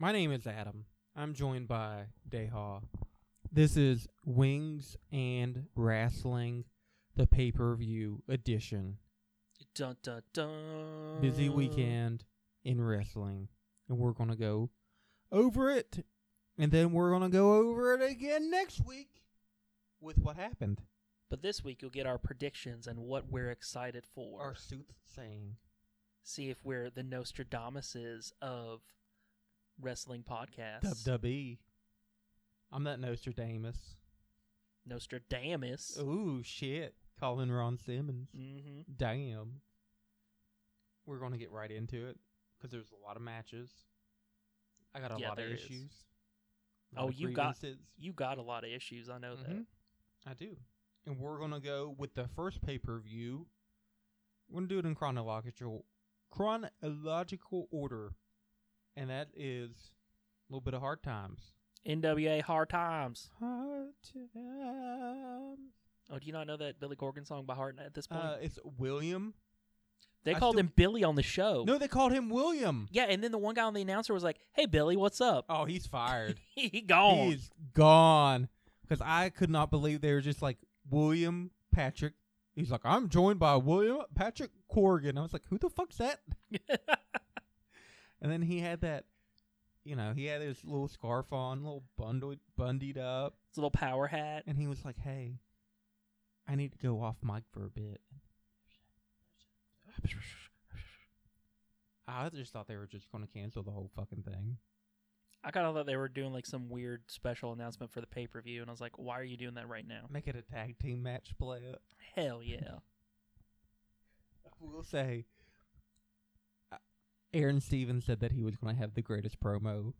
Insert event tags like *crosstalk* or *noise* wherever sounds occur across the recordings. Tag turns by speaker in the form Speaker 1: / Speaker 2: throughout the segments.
Speaker 1: My name is Adam. I'm joined by Deha. This is Wings and Wrestling, the pay per view edition.
Speaker 2: Dun dun dun.
Speaker 1: Busy weekend in wrestling. And we're going to go over it. And then we're going to go over it again next week with what happened.
Speaker 2: But this week you'll get our predictions and what we're excited for.
Speaker 1: Our soothsaying.
Speaker 2: See if we're the Nostradamuses of wrestling podcasts.
Speaker 1: WWE. I'm that Nostradamus.
Speaker 2: Nostradamus.
Speaker 1: Ooh, shit. Calling Ron Simmons.
Speaker 2: Mm-hmm.
Speaker 1: Damn. We're going to get right into it because there's a lot of matches. I got a
Speaker 2: Yeah,
Speaker 1: lot of
Speaker 2: there is.
Speaker 1: issues. A lot
Speaker 2: Oh,
Speaker 1: of
Speaker 2: you got
Speaker 1: grievances.
Speaker 2: you got a lot of issues. I know
Speaker 1: Mhm. I do. And we're going to go with the first pay per view. We're going to do it in chronological chronological order. And that is a little bit of hard times.
Speaker 2: that. NWA Hard Times.
Speaker 1: Hard times.
Speaker 2: Oh, do you not know that Billy Corgan song by heart at this point?
Speaker 1: Uh, it's William.
Speaker 2: they
Speaker 1: I
Speaker 2: called
Speaker 1: still-
Speaker 2: him Billy on the show.
Speaker 1: No, they called him William.
Speaker 2: Yeah, and then the one guy on the announcer was like, "Hey Billy, what's up?"
Speaker 1: Oh, he's fired.
Speaker 2: *laughs* he gone.
Speaker 1: He's gone. Because I could not believe they were just like William Patrick. He's like, I'm joined by William Patrick Corgan. I was like, who the fuck's that? And then he had that, you know, he had his little scarf on, little bundled, bundied up,
Speaker 2: His little power hat.
Speaker 1: and he was like, "Hey, I need to go off mic for a bit." I just thought they were just going to cancel the whole fucking thing.
Speaker 2: I kind of thought they were doing like some weird special announcement for the pay per view, and I was like, "Why are you doing that right now?"
Speaker 1: Make it a tag team match play up.
Speaker 2: Hell yeah.
Speaker 1: I will say, uh, Aaron Stevens said that he was going to have the greatest promo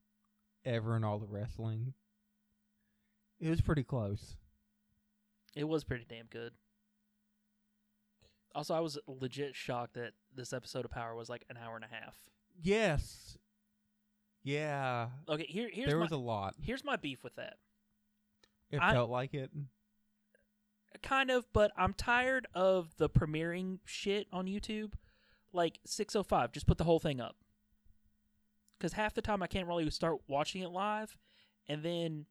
Speaker 1: ever in all of wrestling. It was pretty close.
Speaker 2: It was pretty damn good. Also, I was legit shocked that this episode of Power was like an hour and a half.
Speaker 1: Yes. Yeah.
Speaker 2: Okay, here here's
Speaker 1: there
Speaker 2: my
Speaker 1: was a lot.
Speaker 2: here's my beef with that.
Speaker 1: It
Speaker 2: I-
Speaker 1: felt like it.
Speaker 2: Kind of, but I'm tired of the premiering shit on YouTube. Like 605, just put the whole thing up. Cuz half the time I can't really start watching it live and then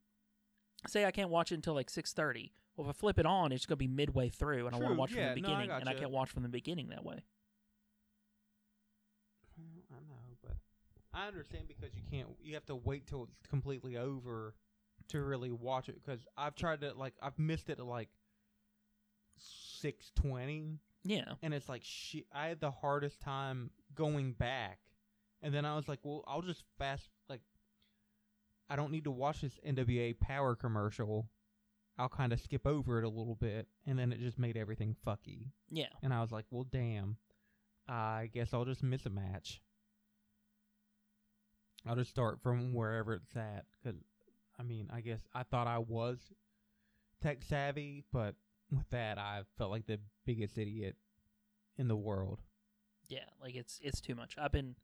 Speaker 2: say I can't watch it until like 6:30. Well, if I flip it on, it's going to be midway through and I want
Speaker 1: True,
Speaker 2: to watch
Speaker 1: yeah,
Speaker 2: from the
Speaker 1: no, I
Speaker 2: beginning and I
Speaker 1: gotcha.
Speaker 2: can't watch from the beginning that way.
Speaker 1: Well, I know, but I understand because you can't. You have to wait till it's completely over to really watch it. Because I've tried to like I've missed it at like six twenty,
Speaker 2: Yeah.
Speaker 1: and it's like shit. I had the hardest time going back, and then I was like, well, I'll just fast like. I don't need to watch this NWA power commercial. I'll kind of skip over it a little bit, and then it just made everything fucky.
Speaker 2: Yeah.
Speaker 1: And I was like, well, damn. I guess I'll just miss a match. I'll just start from wherever it's at. Because, I mean, I guess I thought I was tech savvy, but with that, I felt like the biggest idiot in the world.
Speaker 2: Yeah, like it's it's too much. I've been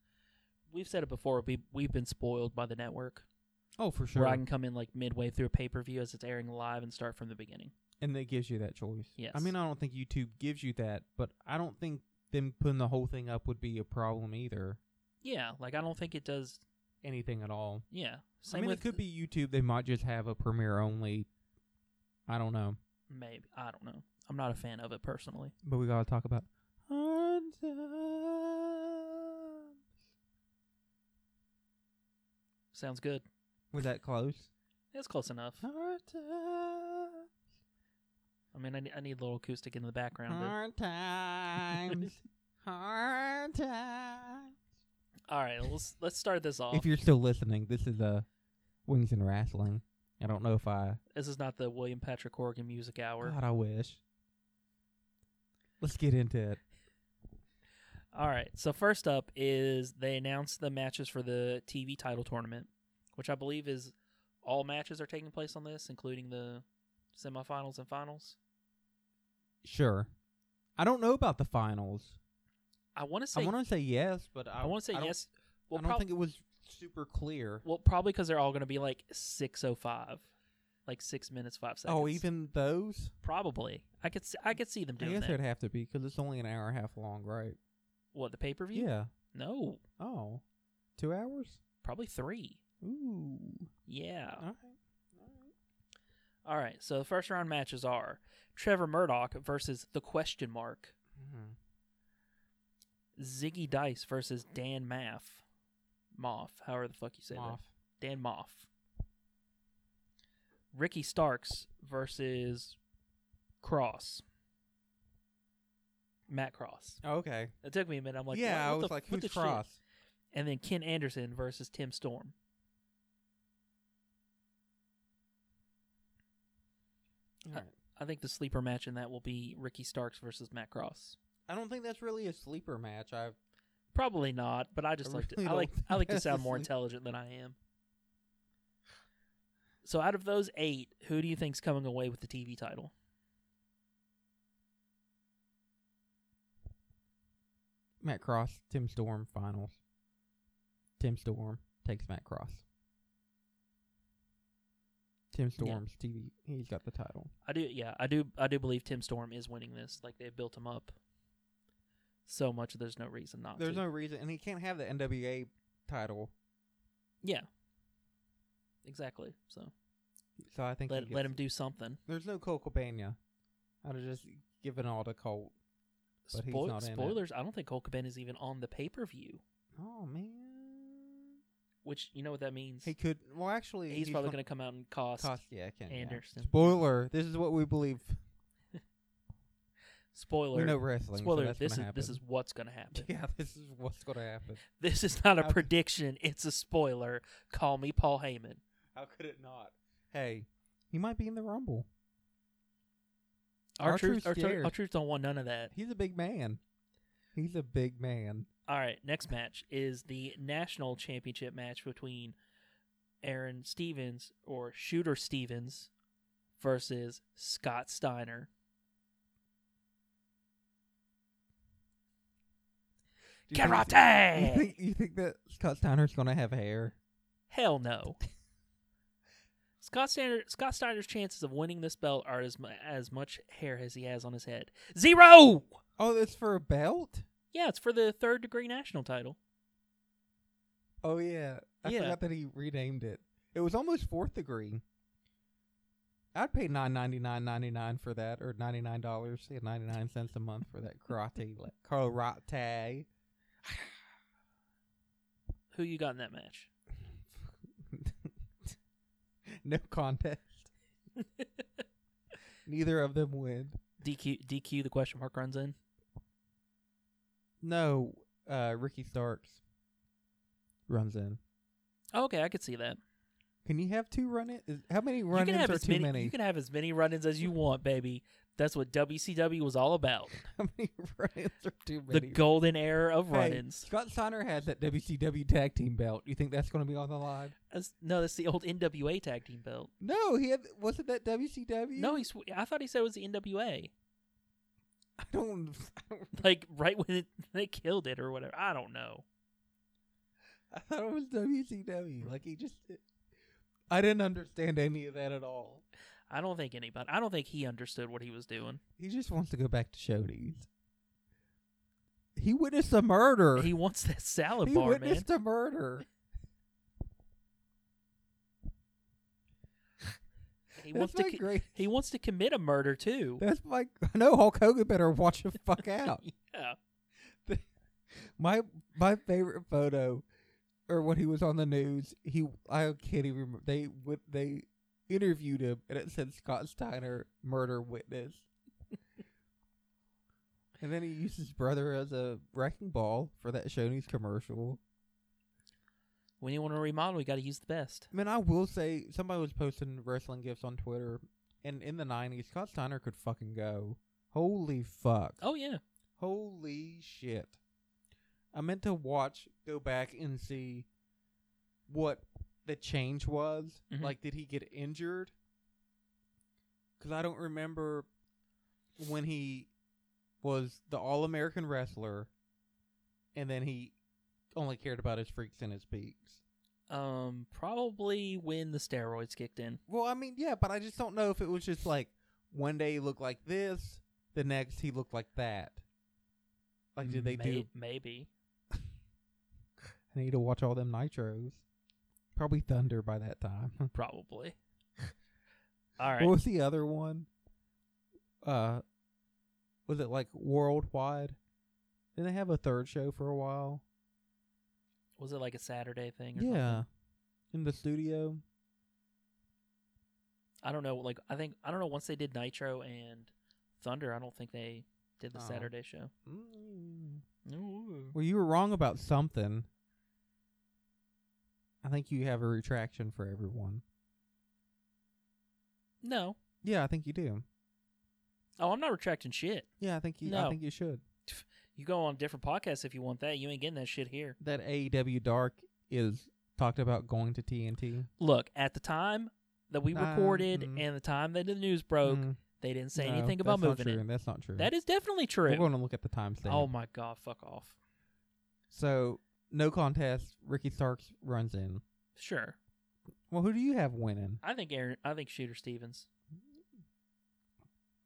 Speaker 2: we've said it before, we we've been spoiled by the network.
Speaker 1: Oh, for sure.
Speaker 2: Where I can come in like midway through a pay per view as it's airing live and start from the beginning.
Speaker 1: and it gives you that choice.
Speaker 2: Yes.
Speaker 1: I mean, I don't think YouTube gives you that, but I don't think them putting the whole thing up would be a problem either.
Speaker 2: Yeah, like I don't think it does
Speaker 1: Anything at all.
Speaker 2: yeah. Same
Speaker 1: I mean,
Speaker 2: with
Speaker 1: it could be YouTube. They might just have a premiere only. I don't know.
Speaker 2: maybe I don't know. I'm not a fan of it personally.
Speaker 1: But we gotta talk about. hard times.
Speaker 2: Sounds good.
Speaker 1: Was that close?
Speaker 2: It's close enough.
Speaker 1: Hard times.
Speaker 2: I mean, I need, I need a little acoustic in the background. but-
Speaker 1: Hard
Speaker 2: *laughs*
Speaker 1: times. Hard times.
Speaker 2: All right, let's let's start this off.
Speaker 1: If you're still listening, this is uh, Wings and Wrestling. I don't know if I.
Speaker 2: This is not the William Patrick Horgan music hour.
Speaker 1: God, I wish. Let's get into it.
Speaker 2: All right. So first up is they announced the matches for the TV title tournament, which I believe is all matches are taking place on this, including the semifinals and finals.
Speaker 1: Sure. I don't know about the finals.
Speaker 2: I want to
Speaker 1: I
Speaker 2: say
Speaker 1: want to say yes, but I,
Speaker 2: I want to say
Speaker 1: don't-
Speaker 2: yes.
Speaker 1: I
Speaker 2: Well,
Speaker 1: don't
Speaker 2: prob-
Speaker 1: think it was super clear.
Speaker 2: well, probably because they're all going to be like six oh five, like six minutes five seconds.
Speaker 1: Oh, even those?
Speaker 2: probably. I could see, I could see them
Speaker 1: I
Speaker 2: doing
Speaker 1: guess
Speaker 2: that.
Speaker 1: it'd have to be because it's only an hour and a half long, right?
Speaker 2: What the pay per view?
Speaker 1: Yeah.
Speaker 2: No,
Speaker 1: Oh, two hours?
Speaker 2: probably three.
Speaker 1: Ooh.
Speaker 2: Yeah.
Speaker 1: All right.
Speaker 2: All right. So the first round matches are Trevor Murdoch versus the question mark, mm-hmm.
Speaker 1: Mhm.
Speaker 2: Ziggy Dice versus Dan Maff. Moff, however the fuck you say
Speaker 1: Moff.
Speaker 2: that. Dan Moff. Ricky Starks versus Cross. Matt Cross.
Speaker 1: Okay.
Speaker 2: It took me a minute. I'm like,
Speaker 1: yeah, I
Speaker 2: what, what
Speaker 1: was
Speaker 2: the,
Speaker 1: like,
Speaker 2: what
Speaker 1: who's
Speaker 2: the shit?
Speaker 1: cross?
Speaker 2: And then Ken Anderson versus Tim Storm.
Speaker 1: All
Speaker 2: Uh,
Speaker 1: right.
Speaker 2: I think the sleeper match in that will be Ricky Starks versus Matt Cross.
Speaker 1: I don't think that's really a sleeper match. I
Speaker 2: Probably not, but I just
Speaker 1: I
Speaker 2: like to,
Speaker 1: really
Speaker 2: I
Speaker 1: don't
Speaker 2: like
Speaker 1: think
Speaker 2: I like to
Speaker 1: that's
Speaker 2: sound
Speaker 1: a
Speaker 2: more
Speaker 1: sleep-
Speaker 2: intelligent than I am. So out of those eight, who do you think's coming away with the TV title?
Speaker 1: Matt Cross, Tim Storm finals. Tim Storm takes Matt Cross. Tim Storm's TV. He's got the title.
Speaker 2: I do, yeah, I do, I do believe Tim Storm is winning this. Like they've built him up so much, there's no reason not
Speaker 1: There's
Speaker 2: to.
Speaker 1: no reason, and he can't have the NWA title.
Speaker 2: yeah, exactly. So
Speaker 1: So I think he
Speaker 2: let let
Speaker 1: gets
Speaker 2: him
Speaker 1: it.
Speaker 2: do something.
Speaker 1: There's no Cole Cabana. I'd have just given all to Colt. But he's
Speaker 2: Spoil-
Speaker 1: not in it.
Speaker 2: spoilers. I don't think Hulk Hogan is even on the pay per view,
Speaker 1: Oh man,
Speaker 2: which you know what that means.
Speaker 1: he could. Well, actually,
Speaker 2: he's, probably
Speaker 1: not-
Speaker 2: going to come out and cost.
Speaker 1: cost. Yeah, I can't. yeah.
Speaker 2: Anderson.
Speaker 1: Spoiler. This is what we believe.
Speaker 2: Spoiler.
Speaker 1: We know wrestling.
Speaker 2: Spoiler:
Speaker 1: So that's
Speaker 2: This is
Speaker 1: gonna happen. *laughs*
Speaker 2: this is what's going to happen.
Speaker 1: Yeah, this is what's gonna happen.
Speaker 2: *laughs* This is not a
Speaker 1: How-
Speaker 2: prediction; it's a spoiler. Call me Paul Heyman.
Speaker 1: How could it not? Hey, he might be in the Rumble.
Speaker 2: Our
Speaker 1: R-Truth's
Speaker 2: truth, our
Speaker 1: scared.
Speaker 2: truth don't want none of that.
Speaker 1: He's a big man. He's a big man.
Speaker 2: All right, next match is the national championship match between Aaron Stevens or Shooter Stevens versus Scott Steiner.
Speaker 1: *laughs* Do you think- You
Speaker 2: Karate.
Speaker 1: think, you think that Scott Steiner's gonna have hair?
Speaker 2: Hell no. *laughs* Scott Steiner, Scott Steiner's chances of winning this belt are as mu- as much hair as he has on his head. Zero.
Speaker 1: Oh, it's for a belt.
Speaker 2: Yeah, it's for the third degree national title.
Speaker 1: Oh yeah, I
Speaker 2: Yeah.
Speaker 1: forgot that he renamed it. It was almost fourth degree. I'd pay nine ninety nine ninety nine for that, or ninety nine dollars and ninety nine cents a month for that karate, like karate. *laughs*
Speaker 2: Who you got in that match?
Speaker 1: no contest.
Speaker 2: *laughs*
Speaker 1: Neither of them win.
Speaker 2: DQ DQ the question mark runs in.
Speaker 1: No, uh, Ricky Starks runs in.
Speaker 2: Oh, okay, I could see that.
Speaker 1: Can you have two run in? How many
Speaker 2: You
Speaker 1: run
Speaker 2: can
Speaker 1: ins
Speaker 2: have
Speaker 1: are
Speaker 2: as
Speaker 1: too
Speaker 2: many,
Speaker 1: many?
Speaker 2: You can have as many run-ins as you want, baby. That's what WCW was all
Speaker 1: *laughs*
Speaker 2: about.
Speaker 1: *laughs* How many run ins are too
Speaker 2: The
Speaker 1: many?
Speaker 2: golden era of
Speaker 1: Hey,
Speaker 2: run-ins.
Speaker 1: Scott Steiner has that WCW tag team belt. You think that's going to be on the line?
Speaker 2: That's- no, that's the old NWA tag team belt.
Speaker 1: No, he had. Wasn't that WCW?
Speaker 2: No, he's. I thought he said it was the NWA.
Speaker 1: I don't. *laughs* I, don't,
Speaker 2: Like right when it, they killed it or whatever. I don't know.
Speaker 1: I thought it was WCW. Like he just. I didn't understand any of that at all.
Speaker 2: I don't think anybody. I don't think he understood what he was doing.
Speaker 1: He just wants to go back to Shoney's. He witnessed a murder.
Speaker 2: He wants that salad
Speaker 1: He
Speaker 2: bar, man.
Speaker 1: witnessed a murder.
Speaker 2: He
Speaker 1: That's
Speaker 2: wants to.
Speaker 1: my
Speaker 2: co-
Speaker 1: great.
Speaker 2: He wants to commit a murder too.
Speaker 1: That's my. I know Hulk Hogan better watch the *laughs* fuck out.
Speaker 2: Yeah.
Speaker 1: My my favorite photo, or when he was on the news, he I can't even remember. They would they interviewed him and it said Scott Steiner murder witness. and then he used his brother as a wrecking ball for that Shoney's commercial.
Speaker 2: When you want to remodel, you got to use the best.
Speaker 1: Man, I will say somebody was posting wrestling gifs on Twitter, and in the '90s, Scott Steiner could fucking go. Holy fuck!
Speaker 2: Oh yeah.
Speaker 1: Holy shit! I meant to watch, go back and see what the change was.
Speaker 2: Mhm.
Speaker 1: Like, did he get injured? Because I don't remember when he was the All American wrestler, and then he only cared about his freaks and his peaks.
Speaker 2: Um, probably when the steroids kicked in.
Speaker 1: Well, I mean, yeah, but I just don't know if it was just like one day he looked like this, the next he looked like that. Like, did they
Speaker 2: May-
Speaker 1: do?
Speaker 2: maybe?
Speaker 1: I need to watch all them nitros. Probably Thunder by that time. *laughs*
Speaker 2: probably. All right.
Speaker 1: What was the other one? Uh, was it like Worldwide? Did they have a third show for a while?
Speaker 2: was it like a Saturday thing? Or something?
Speaker 1: Yeah, in the studio.
Speaker 2: I don't know. Like I think I don't know. Once they did Nitro and Thunder, I don't think they did the
Speaker 1: Oh.
Speaker 2: Saturday show.
Speaker 1: Mm.
Speaker 2: Ooh.
Speaker 1: Well, you were wrong about something. I think you have a retraction for everyone.
Speaker 2: No.
Speaker 1: Yeah, I think you do.
Speaker 2: Oh, I'm not retracting shit.
Speaker 1: Yeah, I think you. I
Speaker 2: No.
Speaker 1: think you should.
Speaker 2: You go on different podcasts if you want that. You ain't getting that shit here.
Speaker 1: That AEW Dark is talked about going to TNT.
Speaker 2: Look, at the time that we
Speaker 1: Uh,
Speaker 2: recorded
Speaker 1: mm.
Speaker 2: and the time that the news broke,
Speaker 1: Mm,
Speaker 2: they didn't say
Speaker 1: no,
Speaker 2: anything about
Speaker 1: that's not
Speaker 2: moving
Speaker 1: true.
Speaker 2: it.
Speaker 1: That's not true.
Speaker 2: That is definitely
Speaker 1: We're
Speaker 2: true.
Speaker 1: going to look at the timestamp.
Speaker 2: Oh my god, fuck off.
Speaker 1: So no contest. Ricky Starks runs in.
Speaker 2: Sure.
Speaker 1: Well, who do you have winning?
Speaker 2: I think Aaron I think Shooter Stevens.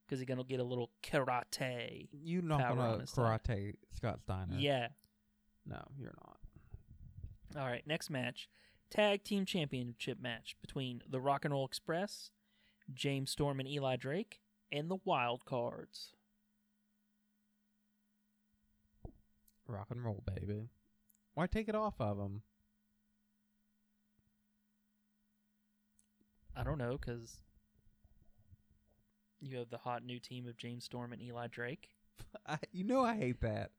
Speaker 2: Cuz he's going to get a little karate.
Speaker 1: You not
Speaker 2: Power
Speaker 1: gonna
Speaker 2: on his side.
Speaker 1: karate Scott Steiner?
Speaker 2: Yeah.
Speaker 1: No, you're not.
Speaker 2: All right, next match. Tag team championship match between the Rock and Roll Express, James Storm and Eli Drake, and the Wild Cards.
Speaker 1: Rock and roll, baby. Why take it off of him?
Speaker 2: I don't know cuz you have the hot new team of James Storm and Eli Drake.
Speaker 1: *laughs* I, you know I hate that.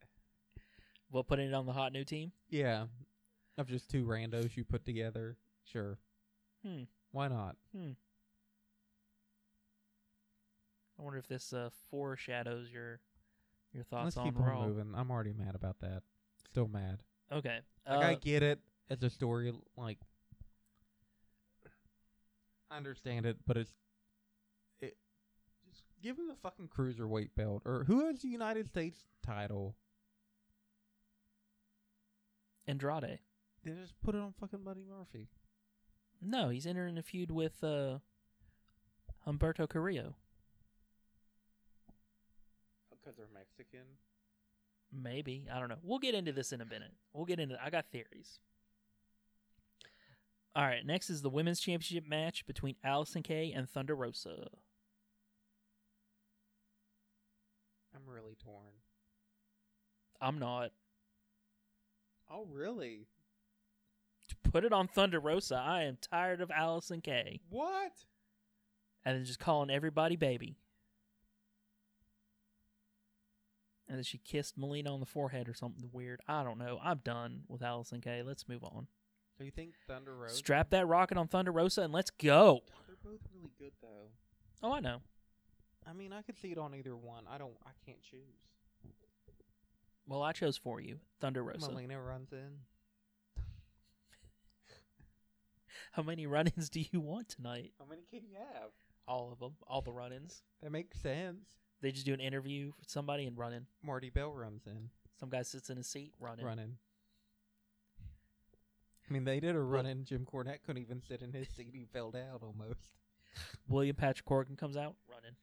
Speaker 2: Well, putting it on the hot new team?
Speaker 1: Yeah, of just two randos you put together. Sure.
Speaker 2: Hmm.
Speaker 1: Why not?
Speaker 2: I wonder if this uh, foreshadows your your
Speaker 1: Let's
Speaker 2: thoughts on
Speaker 1: keep
Speaker 2: Raw.
Speaker 1: on moving. I'm already mad about that. Still mad.
Speaker 2: Okay.
Speaker 1: Like I
Speaker 2: Uh,
Speaker 1: get it as a story, like I understand it, but it's it. Just give him the fucking cruiserweight belt, or who has the United States title?
Speaker 2: Andrade.
Speaker 1: Then just put it on fucking Buddy Murphy.
Speaker 2: No, he's entering a feud with uh, Humberto Carrillo.
Speaker 1: Because Oh, they're Mexican.
Speaker 2: Maybe I don't know. We'll get into this in a minute. We'll get into. I got theories. All right. Next is the women's championship match between Allison Kay and Thunder Rosa.
Speaker 1: I'm really torn.
Speaker 2: I'm not.
Speaker 1: Oh really?
Speaker 2: Put it on Thunder Rosa. I am tired of Allison Kay
Speaker 1: What?
Speaker 2: and then just calling everybody baby. And then she kissed Melina on the forehead or something weird. I don't know. I'm done with Allison Kay. Let's move on.
Speaker 1: So you think Thunder Rosa?
Speaker 2: Strap that rocket on Thunder Rosa and let's go.
Speaker 1: They're both really good though.
Speaker 2: Oh, I know.
Speaker 1: I mean, I could see it on either one. I don't. I can't choose.
Speaker 2: Well, I chose for you Thunder Rosa.
Speaker 1: Melina runs in.
Speaker 2: How many run ins do you want tonight?
Speaker 1: How many can you have?
Speaker 2: All of them. All the run ins.
Speaker 1: That makes sense.
Speaker 2: They just do an interview with somebody and run in.
Speaker 1: Marty Bell runs in.
Speaker 2: Some guy sits in a seat, run in.
Speaker 1: Running. I mean, they did a run in. Jim Cornette couldn't even sit in his seat. He fell down almost.
Speaker 2: William Patrick Corgan comes out running.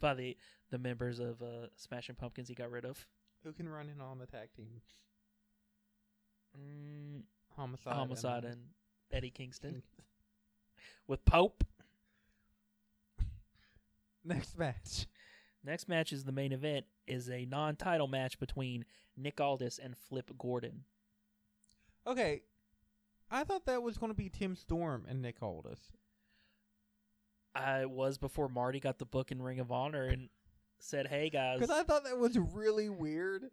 Speaker 2: By the the members of uh, Smashing Pumpkins, he got rid of.
Speaker 1: Who can run in on the tag team?
Speaker 2: Mm,
Speaker 1: Homicide. and-
Speaker 2: homicide and Eddie Kingston with Pope.
Speaker 1: *laughs* Next match.
Speaker 2: Next match is the main event is a non-title match between Nick Aldis and Flip Gordon.
Speaker 1: Okay. I thought that was going to be Tim Storm and Nick Aldis.
Speaker 2: I was before Marty got the book in Ring of Honor and said, "Hey guys,
Speaker 1: Because I thought that was really weird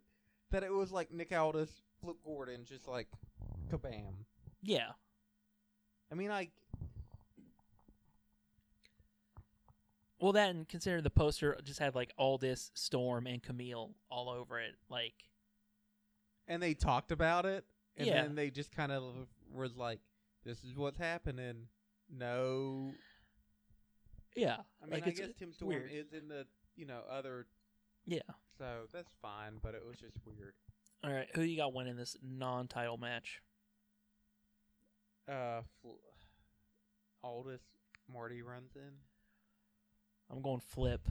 Speaker 1: that it was like Nick Aldis, Flip Gordon, just like kabam.
Speaker 2: yeah,
Speaker 1: I mean, like,
Speaker 2: Well, that and considering the poster just had like all this storm and Camille all over it, like
Speaker 1: and they talked about it, and
Speaker 2: Yeah.
Speaker 1: then they just kind of was like, "This is what's happening." No,
Speaker 2: yeah,
Speaker 1: I mean,
Speaker 2: like
Speaker 1: I
Speaker 2: it's
Speaker 1: guess Tim Storm
Speaker 2: weird.
Speaker 1: is in the you know other,
Speaker 2: yeah.
Speaker 1: so that's fine. But it was just weird.
Speaker 2: All right, who you got winning this non-title match?
Speaker 1: Uh, fl- Aldous Marty runs in.
Speaker 2: I'm going flip.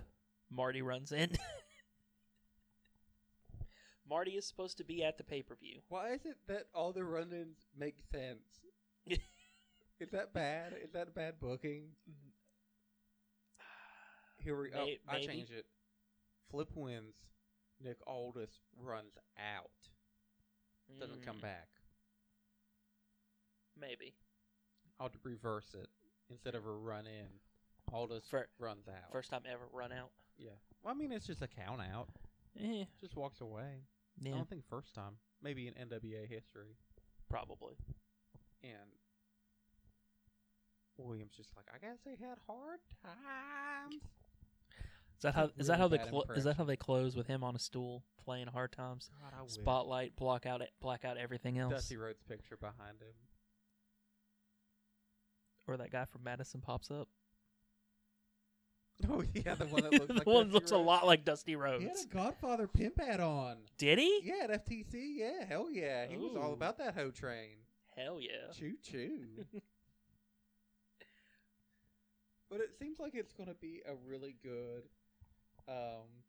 Speaker 2: Marty runs in. *laughs* Marty is supposed to be at the pay per view.
Speaker 1: Why is it that all the run-ins make sense?
Speaker 2: *laughs*
Speaker 1: is that bad? Is that bad booking? *sighs* Here we go.
Speaker 2: May-
Speaker 1: I
Speaker 2: maybe.
Speaker 1: change it. Flip wins. Nick Aldis runs out. Doesn't
Speaker 2: Mm.
Speaker 1: come back.
Speaker 2: Maybe.
Speaker 1: I'll reverse it instead of a run in. Aldis
Speaker 2: Fir-
Speaker 1: runs out.
Speaker 2: First time ever run out.
Speaker 1: Yeah. Well, I mean, it's just a count out.
Speaker 2: Eh,
Speaker 1: Just walks away. I
Speaker 2: yeah,
Speaker 1: don't think first time. Maybe in NWA history.
Speaker 2: probably.
Speaker 1: And Williams just like, I guess they had hard times.
Speaker 2: Is that how? Is that
Speaker 1: Really
Speaker 2: how they?
Speaker 1: bad
Speaker 2: Clo- is that how they close with him on a stool playing Hard Times?
Speaker 1: God, I wish.
Speaker 2: Spotlight block out black out everything else,
Speaker 1: Dusty Rhodes picture behind him.
Speaker 2: or that guy from Madison pops up.
Speaker 1: *laughs* Oh yeah, the one that looks like
Speaker 2: *laughs* the one
Speaker 1: Dusty
Speaker 2: looks a
Speaker 1: Rhodes.
Speaker 2: lot like Dusty
Speaker 1: He
Speaker 2: Rhodes.
Speaker 1: had a Godfather pimp hat on.
Speaker 2: *laughs* Did he?
Speaker 1: Yeah, at FTC. Yeah, hell yeah. He was all
Speaker 2: Ooh.
Speaker 1: about that hoe train.
Speaker 2: Hell yeah!
Speaker 1: Choo choo. but it seems like it's going to be a really good um,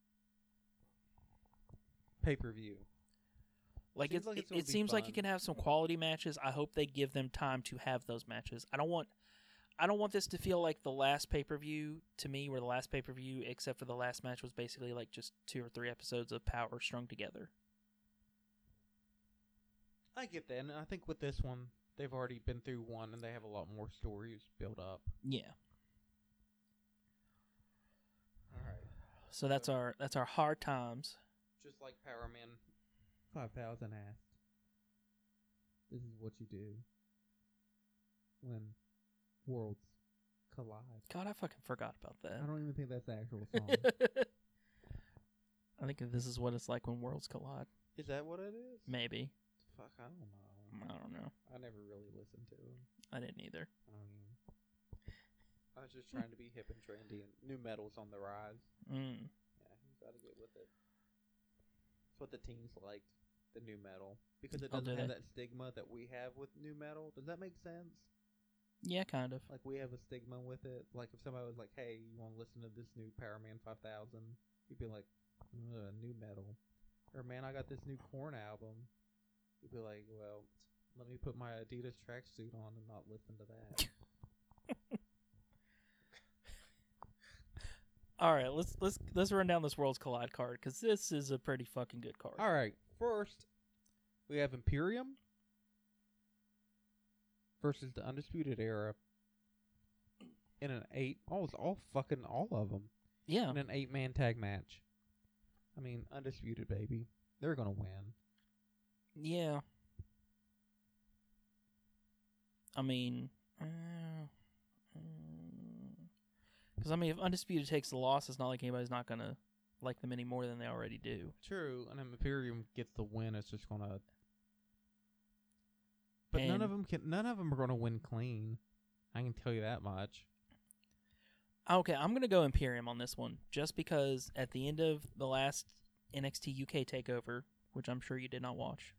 Speaker 1: pay per view.
Speaker 2: Like
Speaker 1: Seems
Speaker 2: it,
Speaker 1: like
Speaker 2: it,
Speaker 1: it's gonna
Speaker 2: it
Speaker 1: be
Speaker 2: seems like you
Speaker 1: fun.
Speaker 2: can have some quality matches. I hope they give them time to have those matches. I don't want, I don't want this to feel like the last pay per view to me, where the last pay per view, except for the last match, was basically like just two or three episodes of Power strung together.
Speaker 3: I get that, and I think with this one, they've already been through one, and they have a lot more stories built up.
Speaker 2: Yeah.
Speaker 1: All right.
Speaker 2: So that's
Speaker 1: So-
Speaker 2: our that's our hard times.
Speaker 3: Just like Power Man 5000 asked,
Speaker 1: This is what you do when worlds collide.
Speaker 2: God, I fucking forgot about
Speaker 1: I don't even think that's the actual song.
Speaker 2: *laughs* that. I think this is what it's like when worlds collide.
Speaker 1: is that what it is?
Speaker 2: Maybe
Speaker 1: Fuck, I don't know.
Speaker 2: I don't know.
Speaker 1: I never really listened to him.
Speaker 2: I didn't either.
Speaker 1: Um, I was just trying to be hip and trendy, and new metal's on the rise.
Speaker 2: Mm.
Speaker 1: Yeah, you gotta get with it. It's what the teens liked, the new metal, because it
Speaker 2: Oh,
Speaker 1: doesn't
Speaker 2: do
Speaker 1: have
Speaker 2: they?
Speaker 1: that stigma that we have with new metal. Does that make sense?
Speaker 2: Yeah, kind of.
Speaker 1: Like we have a stigma with it. Like if somebody was like, "Hey, you want to listen to this new Power Man 5000?" You'd be like, Ugh, "New metal," or "Man, I got this new Corn album." You'd be like, "Well, let me put my Adidas tracksuit on and not listen to that."
Speaker 2: All right, let's let's let's run down this Worlds Collide card because this is a pretty fucking good card.
Speaker 1: All right, first we have Imperium
Speaker 3: versus the Undisputed Era, in an eight, oh, it's all fucking all of them,
Speaker 2: Yeah,
Speaker 3: in an eight-man tag match. I mean, Undisputed, baby. They're gonna win.
Speaker 2: yeah. I mean, because I mean, if Undisputed takes the loss, it's not like anybody's not gonna like them any more than they already do.
Speaker 3: True, and if Imperium gets the win, it's just gonna. But none
Speaker 2: And-
Speaker 3: of them can. None of them are gonna win clean. I can tell you that much.
Speaker 2: Okay, I'm gonna go Imperium on this one, just because at the end of the last NXT UK takeover, which I'm sure you did not watch,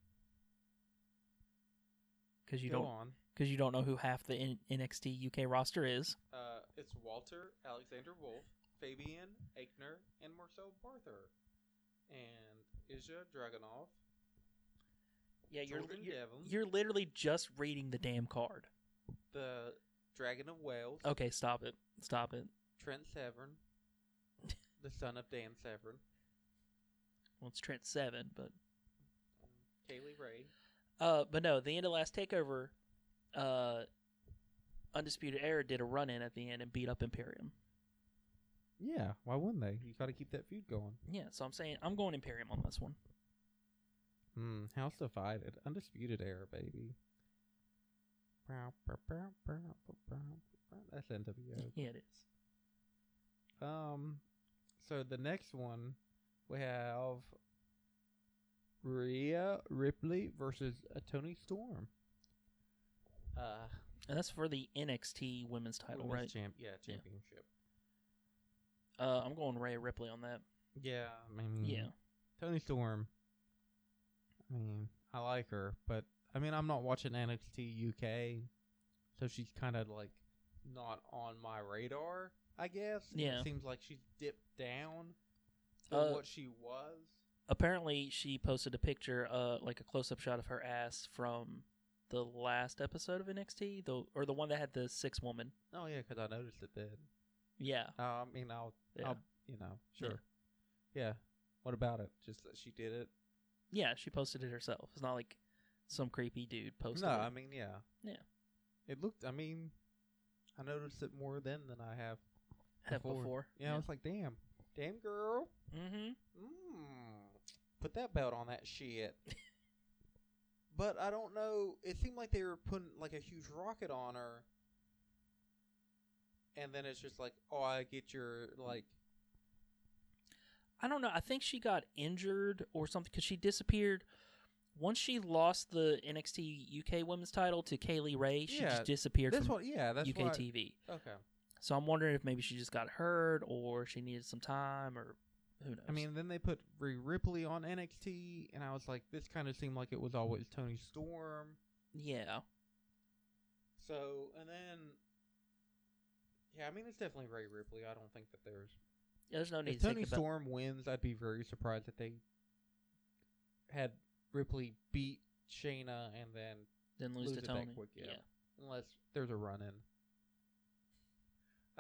Speaker 2: because you
Speaker 1: Go
Speaker 2: don't
Speaker 1: on.
Speaker 2: because you don't know who half the N- NXT UK roster is.
Speaker 1: Uh, it's Walter, Alexander Wolf, Fabian Aichner, and Marcel Barther, and Isha Dragunov,
Speaker 2: Yeah, you're
Speaker 1: Jordan
Speaker 2: you're,
Speaker 1: Devlin,
Speaker 2: you're literally just reading the damn card.
Speaker 1: the Dragon of Wales,
Speaker 2: Okay, stop it, stop it.
Speaker 1: Trent Severn,
Speaker 2: *laughs*
Speaker 1: the son of Dan Severn,
Speaker 2: Well, it's Trent Seven, but
Speaker 1: Kaylee Ray.
Speaker 2: uh, but no, the end of last takeover, uh, Undisputed Era did a run in at the end and beat up Imperium.
Speaker 3: Yeah, why wouldn't they? You got to keep that feud going.
Speaker 2: Yeah, so I'm saying I'm going Imperium on this one.
Speaker 3: Hmm, House divided, undisputed era, baby. Bow, bow, bow, bow, bow, bow, bow. That's NWO.
Speaker 2: *laughs* Yeah, it is.
Speaker 3: Um, so the next one we have Rhea Ripley versus a Tony Storm.
Speaker 1: Uh,
Speaker 2: And that's for the NXT Women's title,
Speaker 3: Women's
Speaker 2: right?
Speaker 3: Champ.
Speaker 1: yeah, championship.
Speaker 2: Uh, I'm going Rhea Ripley on that.
Speaker 3: Yeah, I mean,
Speaker 2: Yeah,
Speaker 3: Tony Storm. I mean, I like her, but I mean, I'm not watching NXT UK, so she's kind of like not on my radar. I guess.
Speaker 2: Yeah.
Speaker 3: It seems like she's dipped down to
Speaker 2: Uh,
Speaker 3: what she was.
Speaker 2: apparently she posted a picture, uh, like a close-up shot of her ass from the last episode of NXT, the or the one that had the six woman.
Speaker 1: Oh yeah, because I noticed it then.
Speaker 2: Yeah, Um,
Speaker 1: Uh, I mean, I'll,
Speaker 2: yeah,
Speaker 1: I'll, you know, sure. Yeah. What about it? Just that she did it?
Speaker 2: yeah. She posted it herself. It's not like some creepy dude posted.
Speaker 1: no,
Speaker 2: it.
Speaker 1: I mean, yeah.
Speaker 2: Yeah.
Speaker 1: It looked. I mean, I noticed it more then than I have.
Speaker 2: have
Speaker 1: before.
Speaker 2: before.
Speaker 1: Yeah, I was like, damn, damn girl.
Speaker 2: Mm-hmm.
Speaker 1: Mm, put that belt on that shit. *laughs* but I don't know. It seemed like they were putting like a huge rocket on her, and then it's just like, oh, I get your like.
Speaker 2: I don't know. I think she got injured or something because she disappeared. Once she lost the NXT UK Women's Title to Kaylee Ray, she
Speaker 1: Yeah,
Speaker 2: just disappeared
Speaker 1: That's
Speaker 2: from
Speaker 1: what. Yeah, that's
Speaker 2: UK
Speaker 1: why-
Speaker 2: TV.
Speaker 1: Okay.
Speaker 2: So I'm wondering if maybe she just got hurt or she needed some time or who knows.
Speaker 4: I mean, then they put Rhea Ripley on NXT, and I was like, this kind of seemed like it was always Tony Storm.
Speaker 2: yeah,
Speaker 1: So and then. Yeah, I mean it's definitely Ray Ripley. I don't think that there's
Speaker 2: there's no need
Speaker 4: If
Speaker 2: to think
Speaker 4: Tony
Speaker 2: about.
Speaker 4: Storm wins, I'd be very surprised that they
Speaker 1: had Ripley beat Shayna and then
Speaker 2: Then lose,
Speaker 1: lose
Speaker 2: to
Speaker 1: it that
Speaker 2: Tony.
Speaker 1: quick, yeah.
Speaker 2: yeah.
Speaker 1: unless there's a run in.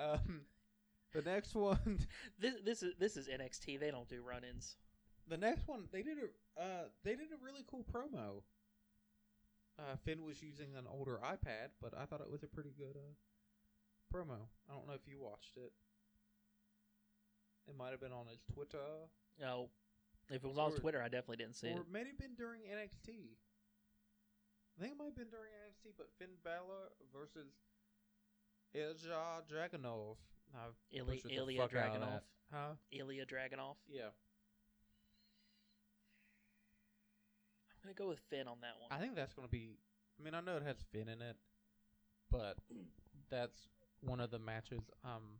Speaker 1: Um, the next one, *laughs*
Speaker 2: This this is this is NXT. They don't do run-ins.
Speaker 1: the next one, they did a uh, they did a really cool promo. Uh, Finn was using an older iPad, but I thought it was a pretty good uh, promo. I don't know if you watched it. It might have been on his Twitter,
Speaker 2: No, Oh, if it was on
Speaker 1: Or-
Speaker 2: Twitter, I definitely didn't see
Speaker 1: or
Speaker 2: it.
Speaker 1: it may have been during NXT. I think it might have been during NXT, but Finn Balor versus Ilja Dragunov. I
Speaker 2: Ili-
Speaker 1: butchered the
Speaker 2: Ilya
Speaker 1: fuck out of that.
Speaker 2: Dragunov.
Speaker 1: Huh?
Speaker 2: Ilya Dragunov.
Speaker 1: Yeah.
Speaker 2: I'm gonna go with Finn on that one.
Speaker 1: I think that's going to be. I mean, I know it has Finn in it, but that's one of the matches I'm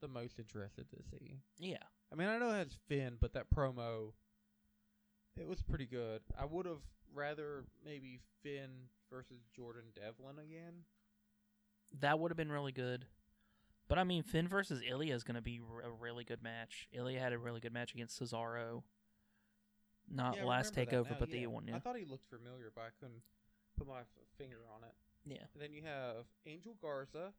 Speaker 1: the most interested to see.
Speaker 2: yeah.
Speaker 1: I mean, I know it has Finn, but that promo, it was pretty good. I would have rather maybe Finn versus Jordan Devlin again.
Speaker 2: That would have been really good. But I mean, Finn versus Ilya is going to be r- a really good match. Ilya had a really good match against Cesaro. Not
Speaker 1: Yeah, I
Speaker 2: last
Speaker 1: remember that
Speaker 2: takeover,
Speaker 1: now,
Speaker 2: but
Speaker 1: yeah.
Speaker 2: the E one, yeah.
Speaker 1: I thought he looked familiar, but I couldn't put my f- finger on it.
Speaker 2: yeah.
Speaker 1: And then you have Angel Garza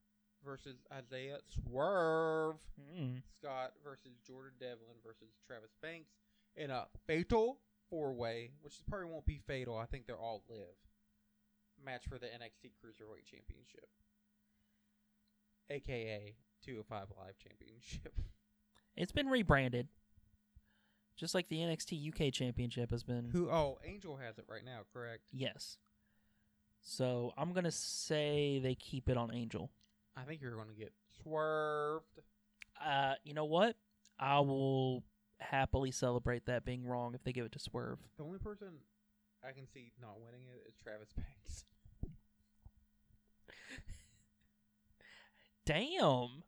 Speaker 1: versus Isaiah Swerve.
Speaker 2: Mm.
Speaker 1: Scott versus Jordan Devlin versus Travis Banks in a fatal four way, which probably won't be fatal. I think they're all live match for the NXT Cruiserweight Championship, aka 205 Live Championship.
Speaker 2: It's been rebranded. Just like the NXT UK Championship has been.
Speaker 1: Who? Oh, Angel has it right now, correct?
Speaker 2: Yes. So I'm going to say they keep it on Angel.
Speaker 1: I think you're going to get swerved.
Speaker 2: Uh, you know what? I will happily celebrate that being wrong if they give it to Swerve.
Speaker 1: The only person I can see not winning it is Travis Banks. *laughs*
Speaker 2: Damn.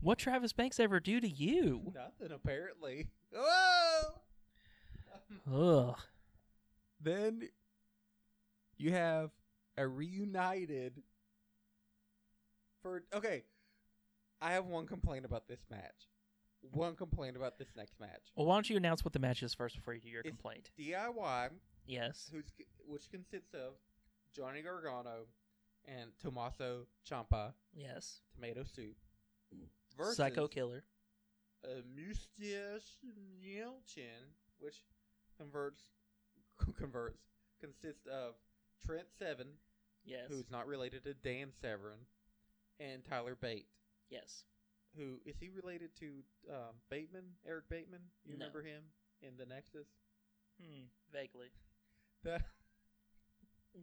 Speaker 2: What Travis Banks ever do to you?
Speaker 1: Nothing apparently. *laughs* Whoa!
Speaker 2: Ugh.
Speaker 1: Then you have a reunited for okay. I have one complaint about this match. One complaint about this next match.
Speaker 2: Well, why don't you announce what the match is first before you do your
Speaker 1: It's-
Speaker 2: complaint?
Speaker 1: DIY,
Speaker 2: Yes.
Speaker 1: who's, which consists of Johnny Gargano and Tommaso Ciampa,
Speaker 2: Yes.
Speaker 1: Tomato Soup, versus
Speaker 2: Psycho Killer.
Speaker 1: uh, Mustache Nielsen, which converts *laughs* converts consists of Trent Seven,
Speaker 2: Yes.
Speaker 1: who's not related to Dan Severin, and Tyler Bate,
Speaker 2: Yes.
Speaker 1: who is he related to um, Bateman, Eric Bateman? You
Speaker 2: No.
Speaker 1: remember him in the Nexus?
Speaker 2: Hmm. Vaguely.
Speaker 1: That,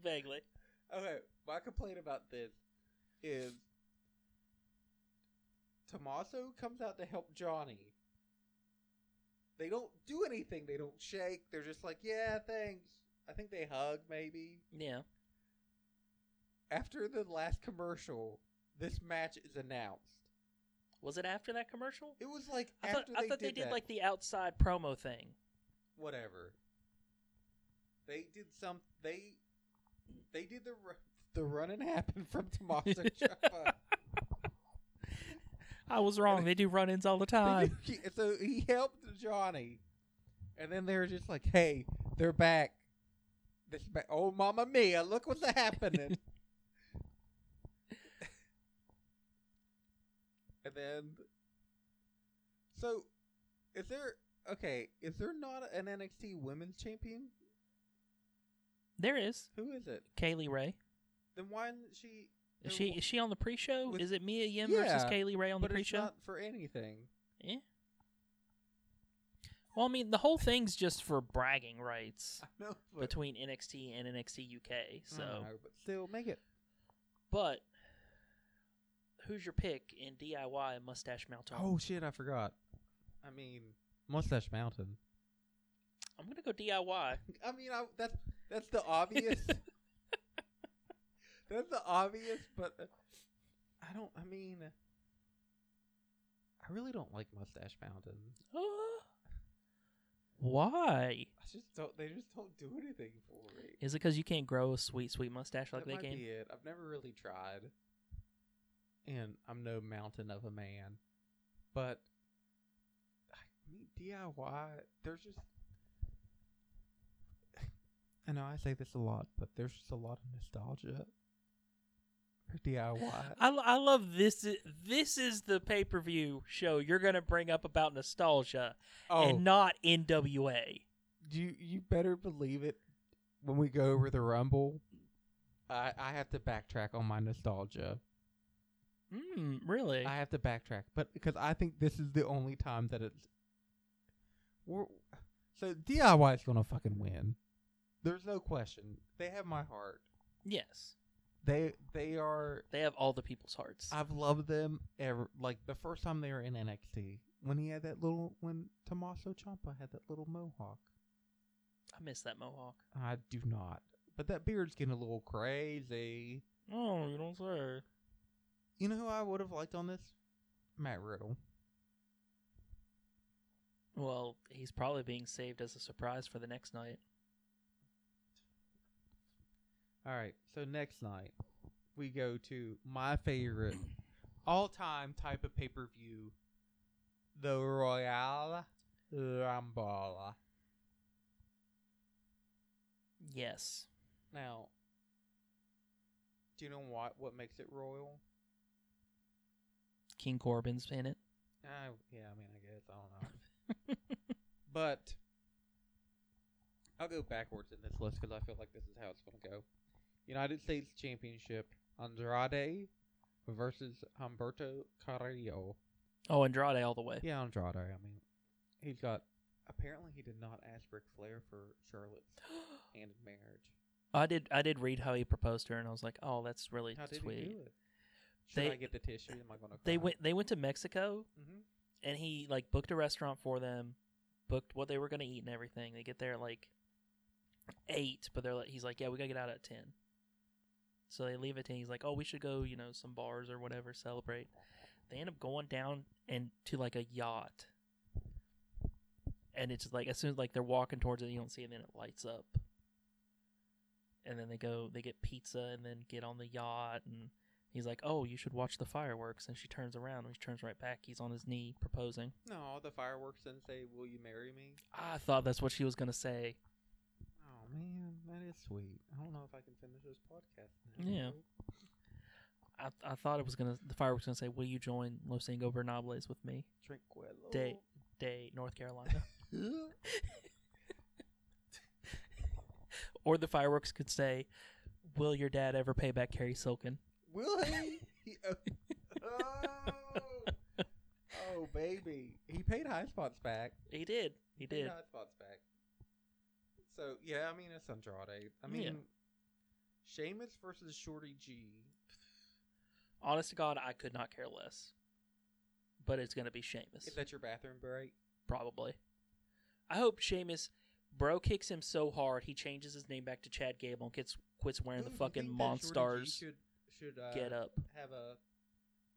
Speaker 2: Vaguely.
Speaker 1: *laughs* okay, my complaint about this is Tommaso comes out to help Johnny. They don't do anything. They don't shake. They're just like, yeah, thanks. I think they hug, maybe.
Speaker 2: Yeah.
Speaker 1: After the last commercial, this match is announced.
Speaker 2: Was it after that commercial?
Speaker 1: It was like
Speaker 2: I thought
Speaker 1: after
Speaker 2: I
Speaker 1: they,
Speaker 2: thought
Speaker 1: did
Speaker 2: they did
Speaker 1: that,
Speaker 2: like the outside promo thing.
Speaker 1: whatever. They did some. They they did the ru- the run and happen from Tommaso Ciampa.
Speaker 2: I was wrong. They do run-ins all the time.
Speaker 5: He- so he helped Johnny, and then they're just like, "Hey, they're back." This ba- oh, Mama Mia, look what's happening. and then, so is there okay? Is there not an NXT Women's Champion?
Speaker 2: *laughs* There is
Speaker 5: Who is it?
Speaker 2: Kaylee Ray.
Speaker 5: Then why isn't she?
Speaker 2: Is
Speaker 5: there
Speaker 2: she
Speaker 5: wa-
Speaker 2: is she on the pre-show?
Speaker 5: With-
Speaker 2: is it Mia Yim versus
Speaker 5: Yeah,
Speaker 2: Kaylee Ray on the
Speaker 5: but it's
Speaker 2: pre-show?
Speaker 5: not for anything. *laughs*
Speaker 2: Yeah. Well, I mean, the whole thing's just for bragging rights
Speaker 5: I know, but,
Speaker 2: between NXT and NXT UK.
Speaker 5: I
Speaker 2: So,
Speaker 5: know, but still make it.
Speaker 2: but who's your pick in DIY and Mustache Mountain?
Speaker 1: Oh shit, I forgot.
Speaker 5: I mean,
Speaker 1: Mustache Mountain.
Speaker 2: I'm gonna
Speaker 5: *laughs*
Speaker 2: go DIY.
Speaker 5: I mean, I, that's that's the obvious.
Speaker 2: *laughs*
Speaker 5: that's the obvious, but uh, I don't. I mean, I really don't like Mustache Mountain.
Speaker 2: Ah. Why?
Speaker 5: I just don't. They just don't do anything for me.
Speaker 2: Is it because you can't grow a sweet, sweet mustache like
Speaker 5: that
Speaker 2: they
Speaker 5: might
Speaker 2: can?
Speaker 5: be it. I've never really tried, and I'm no mountain of a man, but I mean, DIY. There's just.
Speaker 1: I know I say this a lot, but there's just a lot of nostalgia for DIY.
Speaker 2: I, lo- I love this. i- This is the pay per view show you're gonna bring up about nostalgia
Speaker 5: Oh,
Speaker 2: and not NWA.
Speaker 5: you you better believe it when we go over the rumble
Speaker 1: I, I have to backtrack on my nostalgia. Hmm,
Speaker 2: Mm, really?
Speaker 1: I have to backtrack, but because I think this is the only time that it's. We're, so DIY is gonna fucking win. There's no question. They have my heart.
Speaker 2: yes.
Speaker 1: They they are.
Speaker 2: They have all the people's hearts.
Speaker 1: I've loved them ever. Like the first time they were in NXT when he had that little when Tommaso Ciampa had that little mohawk.
Speaker 2: I miss that mohawk.
Speaker 1: I do not. But that beard's getting a little crazy.
Speaker 2: Oh, you don't say.
Speaker 1: You know who I would have liked on this? Matt Riddle.
Speaker 2: Well, he's probably being saved as a surprise for the next night.
Speaker 1: All right. So next night, we go to my favorite all time type of pay per view the Royal Rumble.
Speaker 2: Yes.
Speaker 1: Now, do you know what, what makes it royal?
Speaker 2: King Corbin's in it.
Speaker 1: Uh, yeah, I mean, I guess. I don't know. *laughs* but I'll go backwards in this list because I feel like this is how it's going to go. United States Championship Andrade versus Humberto Carrillo.
Speaker 2: Oh, Andrade all the way.
Speaker 1: *laughs* Yeah, Andrade. I mean, he's got. Apparently, he did not ask Ric Flair for Charlotte's hand in marriage.
Speaker 2: I did I did read how he proposed to her and I was like, "Oh, that's really
Speaker 1: How did
Speaker 2: sweet."
Speaker 1: he do it? Should I
Speaker 2: They-
Speaker 1: get the tissue? Am I going to?
Speaker 2: They went they went to Mexico
Speaker 1: hmm
Speaker 2: and he like booked a restaurant for them, booked what they were going to eat and everything. They get there at like 8, but they're like he's like, "Yeah, we got to get out at 10." So they leave at 10. He's like, "Oh, we should go, you know, some bars or whatever, celebrate." They end up going down and to like a yacht. And it's like as soon as like they're walking towards it, you don't see it, and then it lights up. And then they go, they get pizza, and then get on the yacht, and he's like, "Oh, you should watch the fireworks." And she turns around, and she turns right back. He's on his knee proposing.
Speaker 1: No, the fireworks didn't say, "Will you marry me?"
Speaker 2: I thought that's what she was gonna say.
Speaker 1: Oh man, that is sweet. I don't know if I can finish this podcast.
Speaker 2: Yeah. I, I thought it was gonna the fireworks was gonna say, "Will you join Los Angeles Bernables with me,
Speaker 1: Tranquilo. *laughs*
Speaker 2: Day. day North
Speaker 5: *laughs*
Speaker 2: Carolina?" or the fireworks could say, "Will your dad ever pay back Carrie Silken?"
Speaker 5: will he, He- oh,
Speaker 1: *laughs*
Speaker 5: oh,
Speaker 2: *laughs*
Speaker 5: oh baby
Speaker 1: He paid high spots back.
Speaker 2: He did. He
Speaker 5: He
Speaker 2: did.
Speaker 5: got his spots back. So yeah, I mean it's Andrade. I
Speaker 2: Yeah.
Speaker 5: mean, Sheamus versus Shorty G.
Speaker 2: Honest to God, I could not care less. But it's gonna be Sheamus,
Speaker 5: Is that your bathroom break?
Speaker 2: probably. I hope Sheamus, bro, kicks him so hard he changes his name back to Chad Gable and gets quits wearing
Speaker 5: Ooh,
Speaker 2: the
Speaker 5: *laughs* Mm, you
Speaker 2: fucking
Speaker 5: think that Shorty G
Speaker 2: Monstars
Speaker 5: Should should uh,
Speaker 2: get up.
Speaker 5: have a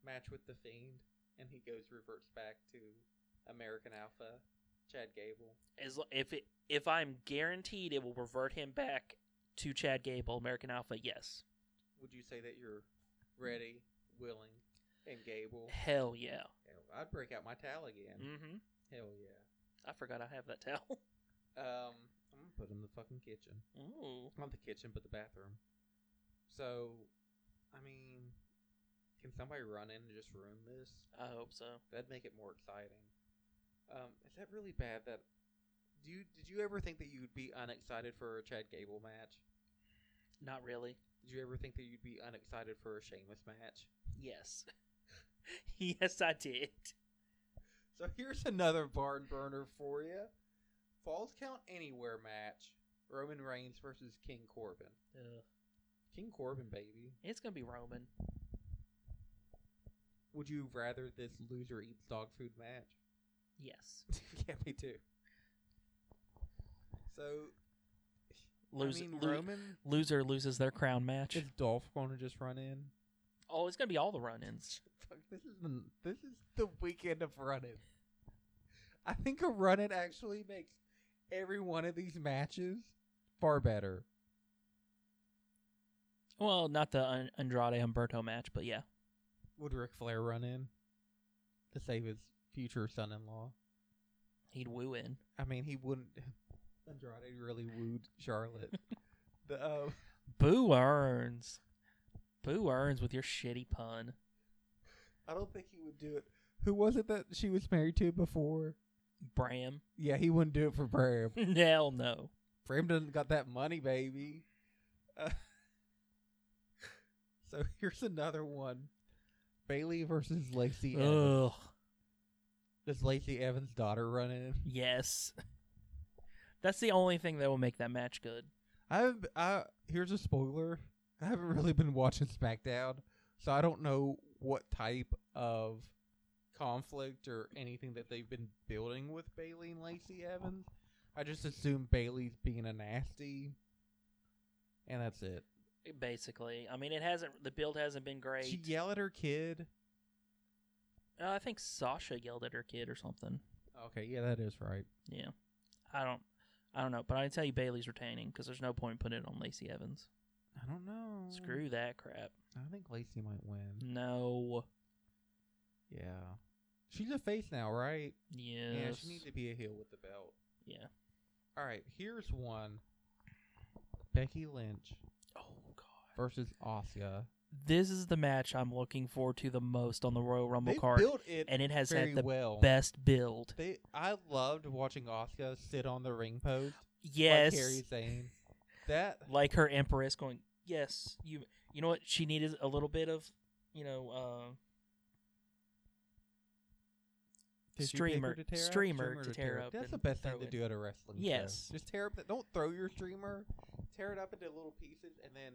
Speaker 5: match with the Fiend, and he goes reverts back to American Alpha, Chad Gable.
Speaker 2: as lo- if it if I'm guaranteed it will revert him back to Chad Gable, American Alpha. Yes,
Speaker 5: Would you say that you're ready, willing,
Speaker 1: and
Speaker 2: *sighs*
Speaker 1: Gable.
Speaker 2: Hell yeah.
Speaker 1: Hell, I'd break out my towel again.
Speaker 2: Mm-hmm.
Speaker 1: Hell yeah.
Speaker 2: I forgot I have that towel. *laughs*
Speaker 1: Um, I'm gonna put it in the fucking kitchen.
Speaker 2: Ooh.
Speaker 1: Not the kitchen, but the bathroom. So, I mean, can somebody run in and just ruin this?
Speaker 2: I hope so.
Speaker 1: That'd make it more exciting. Um, is that really bad? That do you, did you ever think that you'd be unexcited for a Chad Gable match?
Speaker 2: Not really.
Speaker 1: Did you ever think that you'd be unexcited for a Sheamus match?
Speaker 2: Yes. *laughs* yes, I did.
Speaker 1: So *laughs* here's another barn burner for you: Falls Count Anywhere match, Roman Reigns versus King Corbin.
Speaker 2: Ugh.
Speaker 1: King Corbin, baby.
Speaker 2: It's gonna be Roman.
Speaker 1: Would you rather this loser eats dog food match?
Speaker 2: Yes.
Speaker 1: *laughs* yeah, me too. So,
Speaker 2: Lose,
Speaker 1: I mean,
Speaker 2: lo- *laughs*
Speaker 1: Roman.
Speaker 2: loser loses their crown match.
Speaker 1: Is Dolph going to just run in?
Speaker 2: Oh, it's gonna be all the run-ins.
Speaker 1: Fuck, this is the, this is the weekend of running. I think a run in actually makes every one of these matches far better.
Speaker 2: Well, not the An- Andrade Humberto match, but yeah.
Speaker 1: Would Ric Flair run in to save his future son-in-law?
Speaker 2: He'd woo in.
Speaker 1: I mean, he wouldn't. *laughs* Andrade really wooed
Speaker 2: *laughs*
Speaker 1: Charlotte. the um,
Speaker 2: Boo earns. Boo earns with your shitty pun.
Speaker 1: I don't think he would do it. Who was it that she was married to before?
Speaker 2: Bram. *laughs*
Speaker 1: Yeah, he wouldn't do it for Bram.
Speaker 2: Hell no.
Speaker 1: Bram doesn't got that money, baby. Uh, *laughs* so here's another one: Bailey versus Lacey. Evans.
Speaker 2: Ugh.
Speaker 1: Does Lacey Evans' daughter run in?
Speaker 2: Yes. That's the only thing that will make that match good.
Speaker 1: I've I here's a spoiler. I haven't really been watching SmackDown, so I don't know what type of conflict or anything that they've been building with Bailey and Lacey Evans. I just assume Bailey's being a nasty, and that's it.
Speaker 2: Basically, I mean, it hasn't. The build hasn't been great.
Speaker 1: She yelled at her kid.
Speaker 2: Uh, I think Sasha yelled at her kid or something.
Speaker 1: Okay, yeah, that is right.
Speaker 2: Yeah, I don't, I don't know, but I can tell you Bailey's retaining because there's no point putting it on Lacey Evans.
Speaker 1: I don't know.
Speaker 2: Screw that crap.
Speaker 1: I think Lacey might
Speaker 2: Mm.
Speaker 1: win.
Speaker 2: No.
Speaker 1: Yeah. She's a face now, right?
Speaker 2: Yes.
Speaker 1: Yeah, she needs to be a heel with the belt.
Speaker 2: Yeah.
Speaker 1: All right, here's one. Becky Lynch
Speaker 2: Oh god.
Speaker 1: versus Oscar.
Speaker 2: This is the match I'm looking forward to the most on the Royal Rumble
Speaker 1: They
Speaker 2: card,
Speaker 1: built it
Speaker 2: and it has
Speaker 1: very
Speaker 2: had the
Speaker 1: well.
Speaker 2: best build.
Speaker 1: They, I loved watching Oscar sit on the ring post.
Speaker 2: Yes.
Speaker 1: like Harry Zane.
Speaker 2: *laughs*
Speaker 1: That
Speaker 2: like her empress going yes you you know what she needed a little bit of you know uh,
Speaker 1: tissue paper
Speaker 2: Streamer-
Speaker 1: to tear up?
Speaker 2: streamer to tear up
Speaker 1: That's the
Speaker 2: and
Speaker 1: best thing
Speaker 2: throw
Speaker 1: to
Speaker 2: it.
Speaker 1: do at a wrestling show.
Speaker 2: Yes.
Speaker 1: Just tear up. The, don't throw your streamer. Tear it up into little pieces and then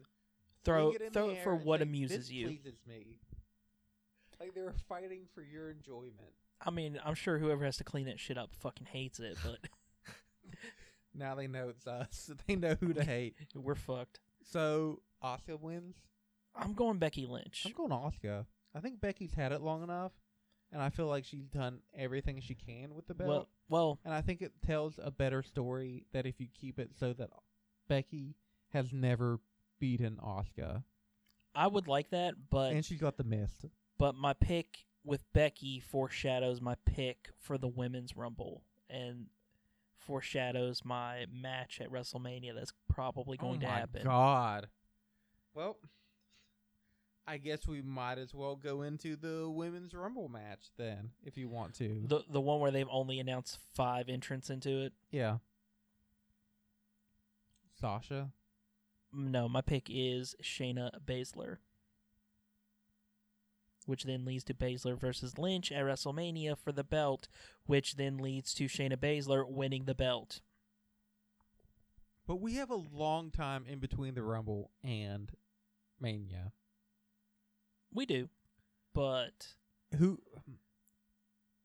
Speaker 2: throw
Speaker 1: fling it in
Speaker 2: throw
Speaker 1: the
Speaker 2: it
Speaker 1: air
Speaker 2: for
Speaker 1: and
Speaker 2: what
Speaker 1: say,
Speaker 2: amuses
Speaker 1: "This
Speaker 2: you
Speaker 1: Pleases me. Like they were fighting for your enjoyment.
Speaker 2: i mean i'm sure whoever has to clean that shit up fucking hates it but *laughs*
Speaker 1: Now they know it's us. *laughs* They know who to hate.
Speaker 2: we're fucked
Speaker 1: So Oscar wins.
Speaker 2: i'm going becky lynch
Speaker 1: I'm going Oscar. I think Becky's had it long enough, and I feel like she's done everything she can with the belt.
Speaker 2: well well
Speaker 1: and I think it tells a better story that if you keep it so that Becky has never beaten Oscar,
Speaker 2: i would like that but
Speaker 1: and she's got the mist.
Speaker 2: but my pick with becky foreshadows my pick for the women's rumble and foreshadows my match at wrestlemania that's probably going
Speaker 1: oh
Speaker 2: to
Speaker 1: my
Speaker 2: happen
Speaker 1: God. Well, I guess we might as well go into the women's rumble match then, if you want to.
Speaker 2: the the one where they've only announced five entrants into it
Speaker 1: yeah. Sasha.
Speaker 2: No, my pick is Shayna Baszler. Which then leads to Baszler versus Lynch at WrestleMania for the belt, which then leads to Shayna Baszler winning the belt.
Speaker 1: But we have a long time in between the Rumble and Mania.
Speaker 2: We do. But
Speaker 1: Who?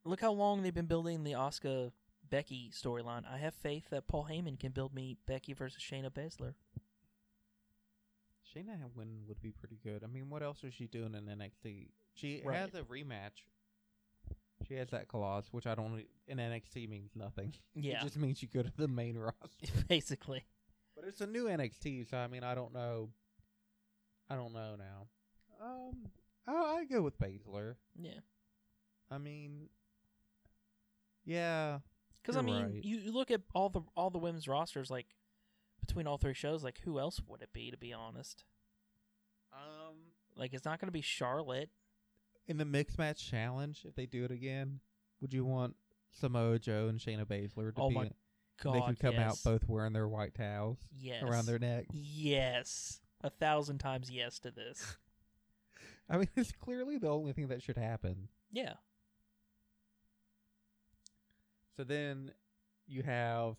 Speaker 2: look how long they've been building the Oscar Becky storyline. I have faith that Paul Heyman can build me Becky versus Shayna Baszler.
Speaker 1: Shayna win would be pretty good. I mean, what else is she doing in NXT? She
Speaker 2: Right.
Speaker 1: has a rematch. She has that clause, which I don't. e, In NXT means nothing. *laughs*
Speaker 2: Yeah,
Speaker 1: It just means you go to the main
Speaker 2: *laughs*
Speaker 1: roster.
Speaker 2: basically.
Speaker 1: but it's a new NXT, so I mean, I don't know. I don't know now. Um, Oh, I go with Basler.
Speaker 2: Yeah.
Speaker 1: I mean, yeah,
Speaker 2: Because I
Speaker 1: You're
Speaker 2: mean,
Speaker 1: right.
Speaker 2: you, you look at all the all the women's rosters, like between all three shows, like who else would it be? To be honest,
Speaker 1: um,
Speaker 2: like it's not going to be Charlotte.
Speaker 1: in the mixed match challenge, if they do it again, would you want Samoa Joe and Shayna Baszler to
Speaker 2: Oh
Speaker 1: be?
Speaker 2: my
Speaker 1: in-
Speaker 2: God,
Speaker 1: they could come
Speaker 2: yes.
Speaker 1: out both wearing their white towels
Speaker 2: yes.
Speaker 1: around their neck.
Speaker 2: yes, a thousand times yes
Speaker 1: *laughs*
Speaker 2: to this.
Speaker 1: I mean, *laughs* it's clearly the only thing that should happen.
Speaker 2: yeah,
Speaker 1: So then you have,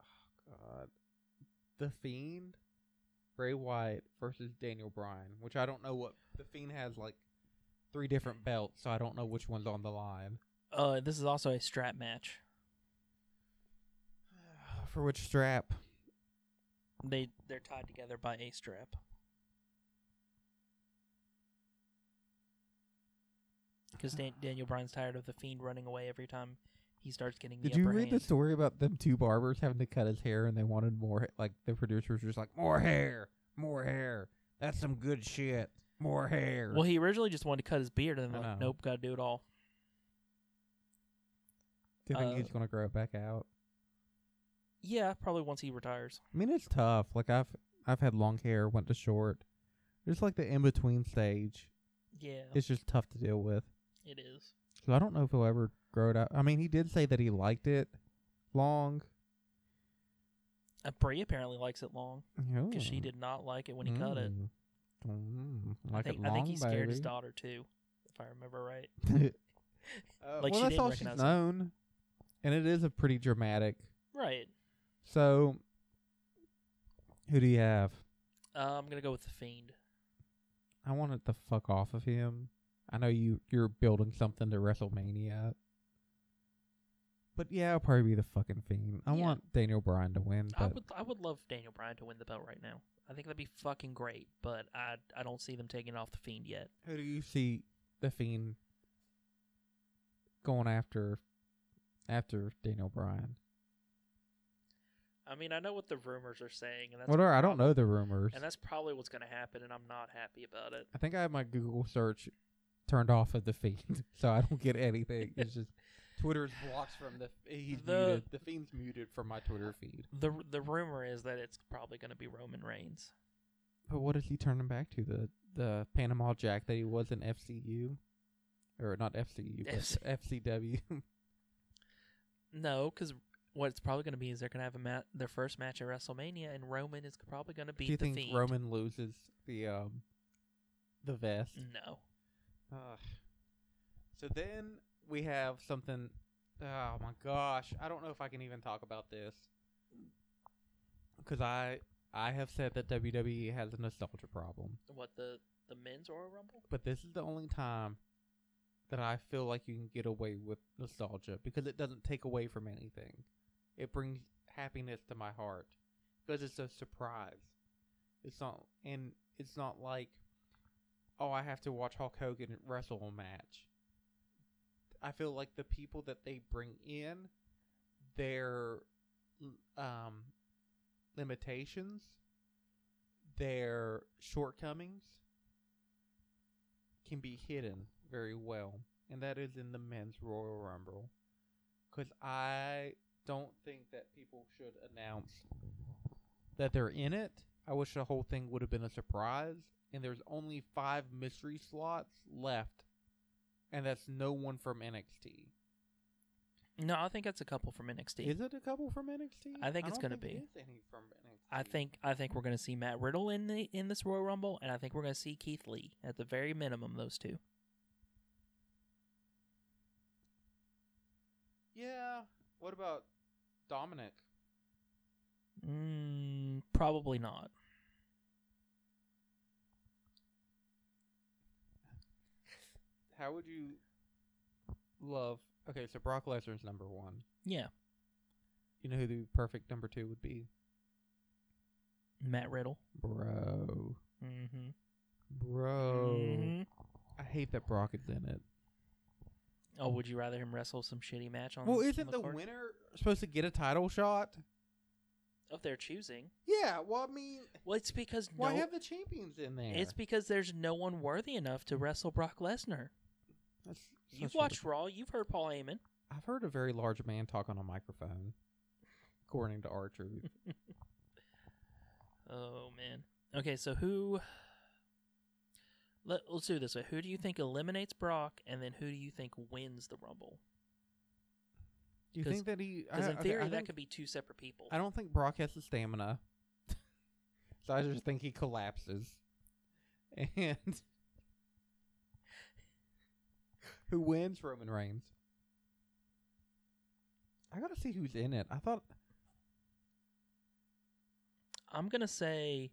Speaker 1: oh God, the Fiend, Bray Wyatt versus Daniel Bryan, which I don't know what the Fiend has like three different belts, so I don't know which one's on the line. *sighs*
Speaker 2: uh, this is also a strap match.
Speaker 1: For which strap?
Speaker 2: They they're tied together by a strap.
Speaker 1: *sighs*
Speaker 2: Because Dan- Daniel Bryan's tired of the fiend running away every time he starts getting the
Speaker 1: Did you
Speaker 2: upper
Speaker 1: read
Speaker 2: hand.
Speaker 1: the story about them two barbers having to cut his hair and they wanted more? ha- Like the producers were just like more hair, more hair. That's some good shit. More hair.
Speaker 2: Well, he originally just wanted to cut his beard, and then
Speaker 1: I
Speaker 2: like,
Speaker 1: know.
Speaker 2: nope, gotta do it all.
Speaker 1: Do you think
Speaker 2: uh,
Speaker 1: he's gonna grow it back out?
Speaker 2: Yeah, probably once he retires.
Speaker 1: I mean, it's tough. Like I've I've had long hair, went to short. It's like the in between stage.
Speaker 2: Yeah,
Speaker 1: It's just tough to deal with.
Speaker 2: it is.
Speaker 1: So I don't know if he'll ever grow it out. I mean, he did say that he liked it long.
Speaker 2: Uh, Brie apparently likes it long because she
Speaker 1: Mm.
Speaker 2: did not like it when he cut it.
Speaker 1: Mm. Mm.
Speaker 2: I
Speaker 1: Like
Speaker 2: think,
Speaker 1: it long,
Speaker 2: I think he scared his
Speaker 1: baby.
Speaker 2: daughter too, if I remember right.
Speaker 1: Uh, well, that's
Speaker 2: Like, she didn't
Speaker 1: all she's
Speaker 2: recognize him.
Speaker 1: known, and it is a pretty dramatic.
Speaker 2: Right.
Speaker 1: So, who do you have?
Speaker 2: Uh, I'm gonna go with the fiend.
Speaker 1: I wanted the fuck off of him. I know you you're building something to WrestleMania, but yeah, I'll probably be the fucking fiend. I
Speaker 2: Yeah.
Speaker 1: want Daniel Bryan to win,
Speaker 2: I
Speaker 1: but
Speaker 2: would I would love Daniel Bryan to win the belt right now. I think that'd be fucking great, but I I don't see them taking it off the fiend yet.
Speaker 1: who do you see the fiend going after? After Daniel Bryan,
Speaker 2: I mean, I know what the rumors are saying, and that's
Speaker 1: whatever. I don't know the rumors.
Speaker 2: and that's probably what's gonna happen, and I'm not happy about it.
Speaker 1: I think I have my Google search turned off of the fiend, *laughs* so I don't get anything. It's *laughs* just Twitter's blocked from the he's
Speaker 2: The-
Speaker 1: muted. The fiend's muted from my Twitter feed.
Speaker 2: the The rumor is that it's probably gonna be Roman Reigns.
Speaker 1: But what is he turning back to the the Panama Jack that he was in FCU, or not FCU, but FCW?
Speaker 2: No, because what it's probably going to be is they're going to have a ma- their first match at WrestleMania, and Roman is probably going
Speaker 1: *laughs*
Speaker 2: to
Speaker 1: Do
Speaker 2: beat
Speaker 1: you
Speaker 2: the
Speaker 1: think
Speaker 2: Fiend.
Speaker 1: Roman loses the um the vest?
Speaker 2: No,
Speaker 1: Ugh. So then we have something. Oh my gosh, I don't know if I can even talk about this because I I have said that WWE has a nostalgia problem,
Speaker 2: what the the men's Royal Rumble?
Speaker 1: but this is the only time that I feel like you can get away with nostalgia because it doesn't take away from anything. It brings happiness to my heart because it's a surprise. It's not and it's not like oh I have to watch Hulk Hogan wrestle a match. I feel like the people that they bring in their um limitations, their shortcomings can be hidden very well. And that is in the men's Royal Rumble. Cuz I don't think that people should announce that they're in it. I wish the whole thing would have been a surprise. And there's only five mystery slots left, and that's no one from NXT.
Speaker 2: No, I think that's a couple from NXT.
Speaker 1: Is it a couple from NXT?
Speaker 2: I think it's
Speaker 1: don't
Speaker 2: gonna
Speaker 1: think
Speaker 2: be.
Speaker 1: it is any from NXT.
Speaker 2: I think I think we're going to see Matt Riddle in the in this Royal Rumble, and I think we're going to see Keith Lee at the very minimum. Those two.
Speaker 1: Yeah. What about Dominic?
Speaker 2: Mm, probably not.
Speaker 1: How would you love? Okay, so Brock Lesnar's number one.
Speaker 2: Yeah,
Speaker 1: You know who the perfect number two would be?
Speaker 2: Matt Riddle.
Speaker 1: Bro,
Speaker 2: Mm-hmm.
Speaker 1: bro. I hate that Brock is in it.
Speaker 2: Oh, would you rather him wrestle some shitty match on?
Speaker 1: Well,
Speaker 2: on
Speaker 1: isn't the
Speaker 2: card?
Speaker 1: winner supposed to get a title shot?
Speaker 2: of their choosing.
Speaker 5: Yeah, well, I mean,
Speaker 2: Well, it's because
Speaker 5: why
Speaker 2: no,
Speaker 5: have the champions in there?
Speaker 2: it's because there's no one worthy enough to wrestle Brock Lesnar.
Speaker 1: That's
Speaker 2: You've
Speaker 1: such a-
Speaker 2: watched Raw. You've heard Paul Heyman.
Speaker 1: I've heard a very large man talk on a microphone, according to R Truth.
Speaker 2: Oh man. Okay, so who? Let, let's do it this way. Who do you think eliminates Brock, and then who do you think wins the Rumble?
Speaker 1: Do you
Speaker 2: *laughs* 'Cause-
Speaker 1: think that he? I-
Speaker 2: Because in
Speaker 1: okay,
Speaker 2: theory,
Speaker 1: I
Speaker 2: that
Speaker 1: think-
Speaker 2: could be two separate people.
Speaker 1: I don't think Brock has the stamina, *laughs* so I just think he collapses. And *laughs* who wins? Roman Reigns. I gotta see who's in it. I thought
Speaker 2: I'm gonna say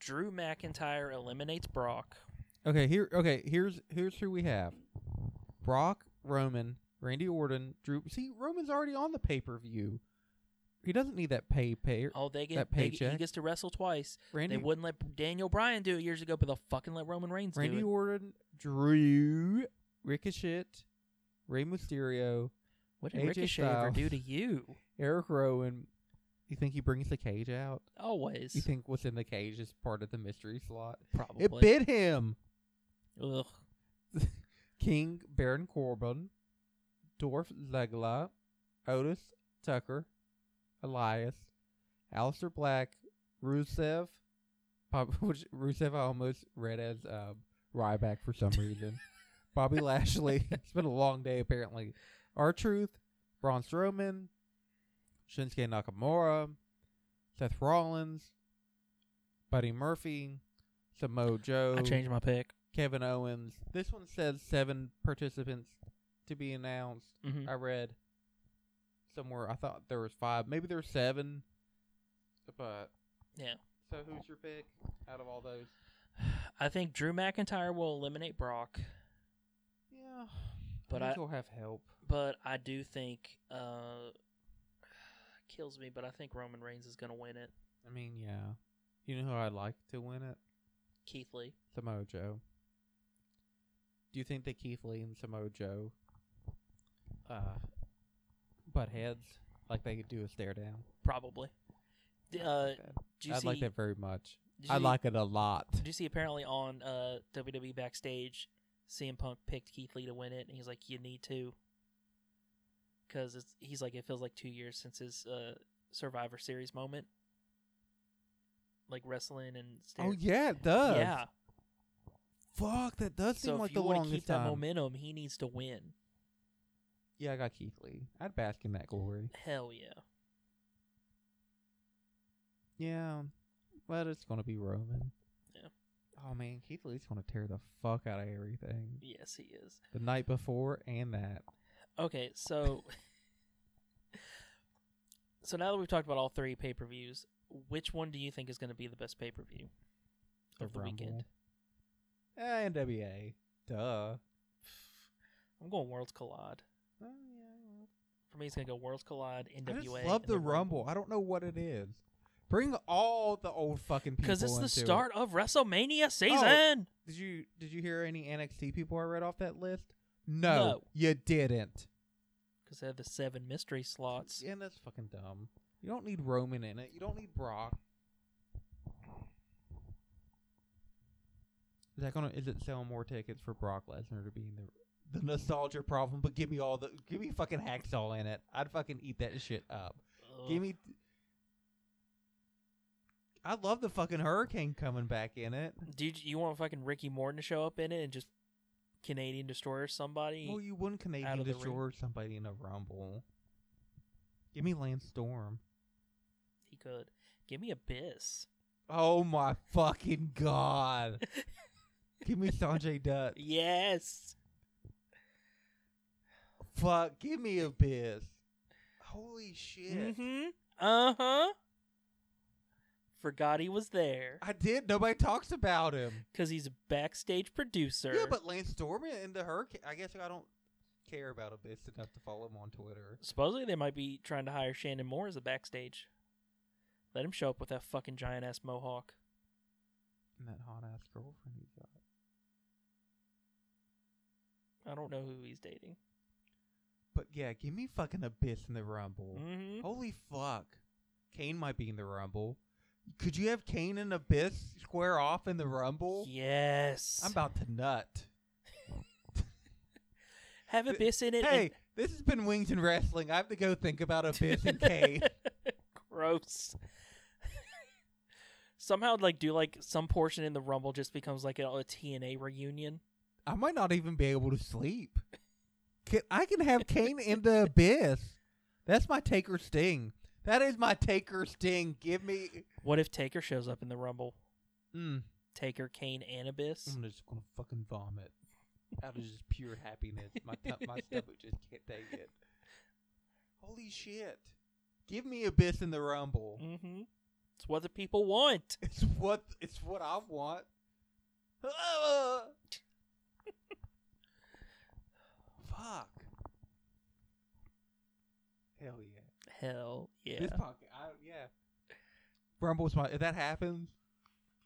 Speaker 2: Drew McIntyre eliminates Brock.
Speaker 1: Okay, here. Okay, here's here's who we have: Brock, Roman, Randy Orton, Drew. See, Roman's already on the pay per view. He doesn't need that pay pay.
Speaker 2: Oh, they get
Speaker 1: That
Speaker 2: they, he
Speaker 1: paycheck.
Speaker 2: gets to wrestle twice.
Speaker 1: Randy
Speaker 2: They wouldn't let Daniel Bryan do it years ago, but they'll fucking let Roman Reigns
Speaker 1: Randy
Speaker 2: do it
Speaker 1: Orton, Drew, Ricochet, Rey Mysterio,
Speaker 2: What did
Speaker 1: AJ
Speaker 2: Ricochet ever
Speaker 1: Styles.
Speaker 2: do to you?
Speaker 1: Eric Rowan. You think he brings the cage out?
Speaker 2: Always,
Speaker 1: You think what's in the cage is part of the mystery slot?
Speaker 2: probably.
Speaker 1: It bit him.
Speaker 2: Ugh.
Speaker 1: King Baron Corbin, Dorf Zegla, Otis Tucker, Elias, Alistair Black, Rusev, Bob, *laughs* which Rusev I almost read as um, Ryback for some
Speaker 2: *laughs*
Speaker 1: reason. Bobby Lashley. *laughs* It's been a long day apparently. R Truth, Braun Strowman, Shinsuke Nakamura, Seth Rollins, Buddy Murphy, Samoa Joe.
Speaker 2: I changed my pick.
Speaker 1: Kevin Owens. This one says seven participants to be announced.
Speaker 2: hmm
Speaker 1: I read somewhere. I thought there was five. Maybe there were seven. But
Speaker 2: Yeah.
Speaker 1: So who's your pick out of all those?
Speaker 2: I think Drew McIntyre will eliminate Brock,
Speaker 1: Yeah,
Speaker 2: But
Speaker 1: I
Speaker 2: I-
Speaker 1: think will have help.
Speaker 2: but I do think uh *sighs* kills me, but I think Roman Reigns is gonna win it.
Speaker 1: I mean, yeah. You know who I'd like to win it?
Speaker 2: Keith Lee.
Speaker 1: Samoa Joe. Do you think that Keith Lee and Samoa Joe uh, butt heads like they could do a stare down?
Speaker 2: Probably. D- Uh,
Speaker 1: I'd like that.
Speaker 2: do you
Speaker 1: I'd
Speaker 2: see,
Speaker 1: like that very much.
Speaker 2: did you
Speaker 1: I
Speaker 2: see-
Speaker 1: like it a lot.
Speaker 2: Did you see apparently on uh, WWE backstage, CM Punk picked Keith Lee to win it, and he's like, "You need to," because he's like, it feels like two years since his uh, Survivor Series moment, like wrestling and stare-
Speaker 1: Oh yeah, it does.
Speaker 2: yeah.
Speaker 1: Fuck, that does
Speaker 2: So
Speaker 1: seem
Speaker 2: if
Speaker 1: like
Speaker 2: you
Speaker 1: the
Speaker 2: want to
Speaker 1: longest
Speaker 2: keep
Speaker 1: time.
Speaker 2: that momentum, he needs to win.
Speaker 1: Yeah, I got Keith Lee. I'd bask in that glory.
Speaker 2: Hell yeah.
Speaker 1: Yeah, but it's gonna be Roman.
Speaker 2: Yeah.
Speaker 1: Oh man, Keith Lee's gonna tear the fuck out of everything.
Speaker 2: Yes, he is.
Speaker 1: The night before and that.
Speaker 2: Okay, so so now that we've talked about all three pay per views, which one do you think is going to be the best pay per view of the weekend?
Speaker 1: And NWA. Duh.
Speaker 2: I'm going Worlds Collide.
Speaker 1: Oh, yeah.
Speaker 2: For me, it's going to go Worlds Collide,
Speaker 1: I
Speaker 2: NWA.
Speaker 1: just love the Rumble. I don't know what it is. Bring all the old fucking people. Oh.
Speaker 2: because it's the
Speaker 1: into it.
Speaker 2: start of WrestleMania season.
Speaker 1: Did you did you hear any NXT people I read off that list?
Speaker 2: No.
Speaker 1: no. you didn't.
Speaker 2: Because they have the seven mystery slots.
Speaker 1: Yeah, that's fucking dumb. You don't need Roman in it. You don't need Brock. Is that gonna? Is it selling more tickets for Brock Lesnar to be in the the nostalgia problem? But give me all the give me fucking hacksaw in it. I'd fucking eat that shit up.
Speaker 2: Ugh.
Speaker 1: Give me. I love the fucking hurricane coming back in it.
Speaker 2: Dude, you want fucking Ricky Morton to show up in it and just Canadian Destroyer somebody?
Speaker 1: Well, you wouldn't Canadian
Speaker 2: of the
Speaker 1: destroy somebody in a rumble. Give me Lance Storm.
Speaker 2: he could. Give me Abyss.
Speaker 1: Oh my fucking god. *laughs* Give me Sanjay Dutt.
Speaker 2: Yes.
Speaker 1: Fuck, give me Abyss. Holy shit.
Speaker 2: Mm-hmm. Uh huh. Forgot he was there
Speaker 1: I did. Nobody talks about him.
Speaker 2: because he's a backstage producer.
Speaker 1: Yeah, but Lance Storm and the Hurricane. I guess I don't care about Abyss enough to follow him on Twitter.
Speaker 2: supposedly they might be trying to hire Shannon Moore as a backstage. Let him show up with that fucking giant ass mohawk.
Speaker 1: And that hot ass girlfriend he got.
Speaker 2: I don't know who he's dating.
Speaker 1: But yeah, give me fucking Abyss in the Rumble.
Speaker 2: Mm-hmm.
Speaker 1: Holy fuck. Kane might be in the Rumble. Could you have Kane and Abyss square off in the Rumble?
Speaker 2: Yes.
Speaker 1: Oh. I'm about to nut.
Speaker 2: Have Abyss in it. and-
Speaker 1: Hey, this has been Wings and Wrestling. I have to go think about Abyss
Speaker 2: *laughs*
Speaker 1: and Kane.
Speaker 2: Gross. Somehow, like, do like some portion in the Rumble just becomes like a, a TNA reunion.
Speaker 1: I might not even be able to sleep. Can, I can have Kane in the Abyss. That's my Taker Sting. That is my Taker Sting. Give me.
Speaker 2: What if Taker shows up in the Rumble?
Speaker 1: Mm.
Speaker 2: Taker, Kane, and Abyss.
Speaker 1: I'm just gonna fucking vomit out of just pure happiness. My t- my stomach just can't take it. Holy shit! Give me Abyss in the Rumble.
Speaker 2: Mm-hmm. It's what the people want.
Speaker 1: It's what it's what I want. *laughs* Ah! Fuck. Hell yeah.
Speaker 2: Hell yeah.
Speaker 1: This podcast, I, yeah. Rumble's my. If that happens,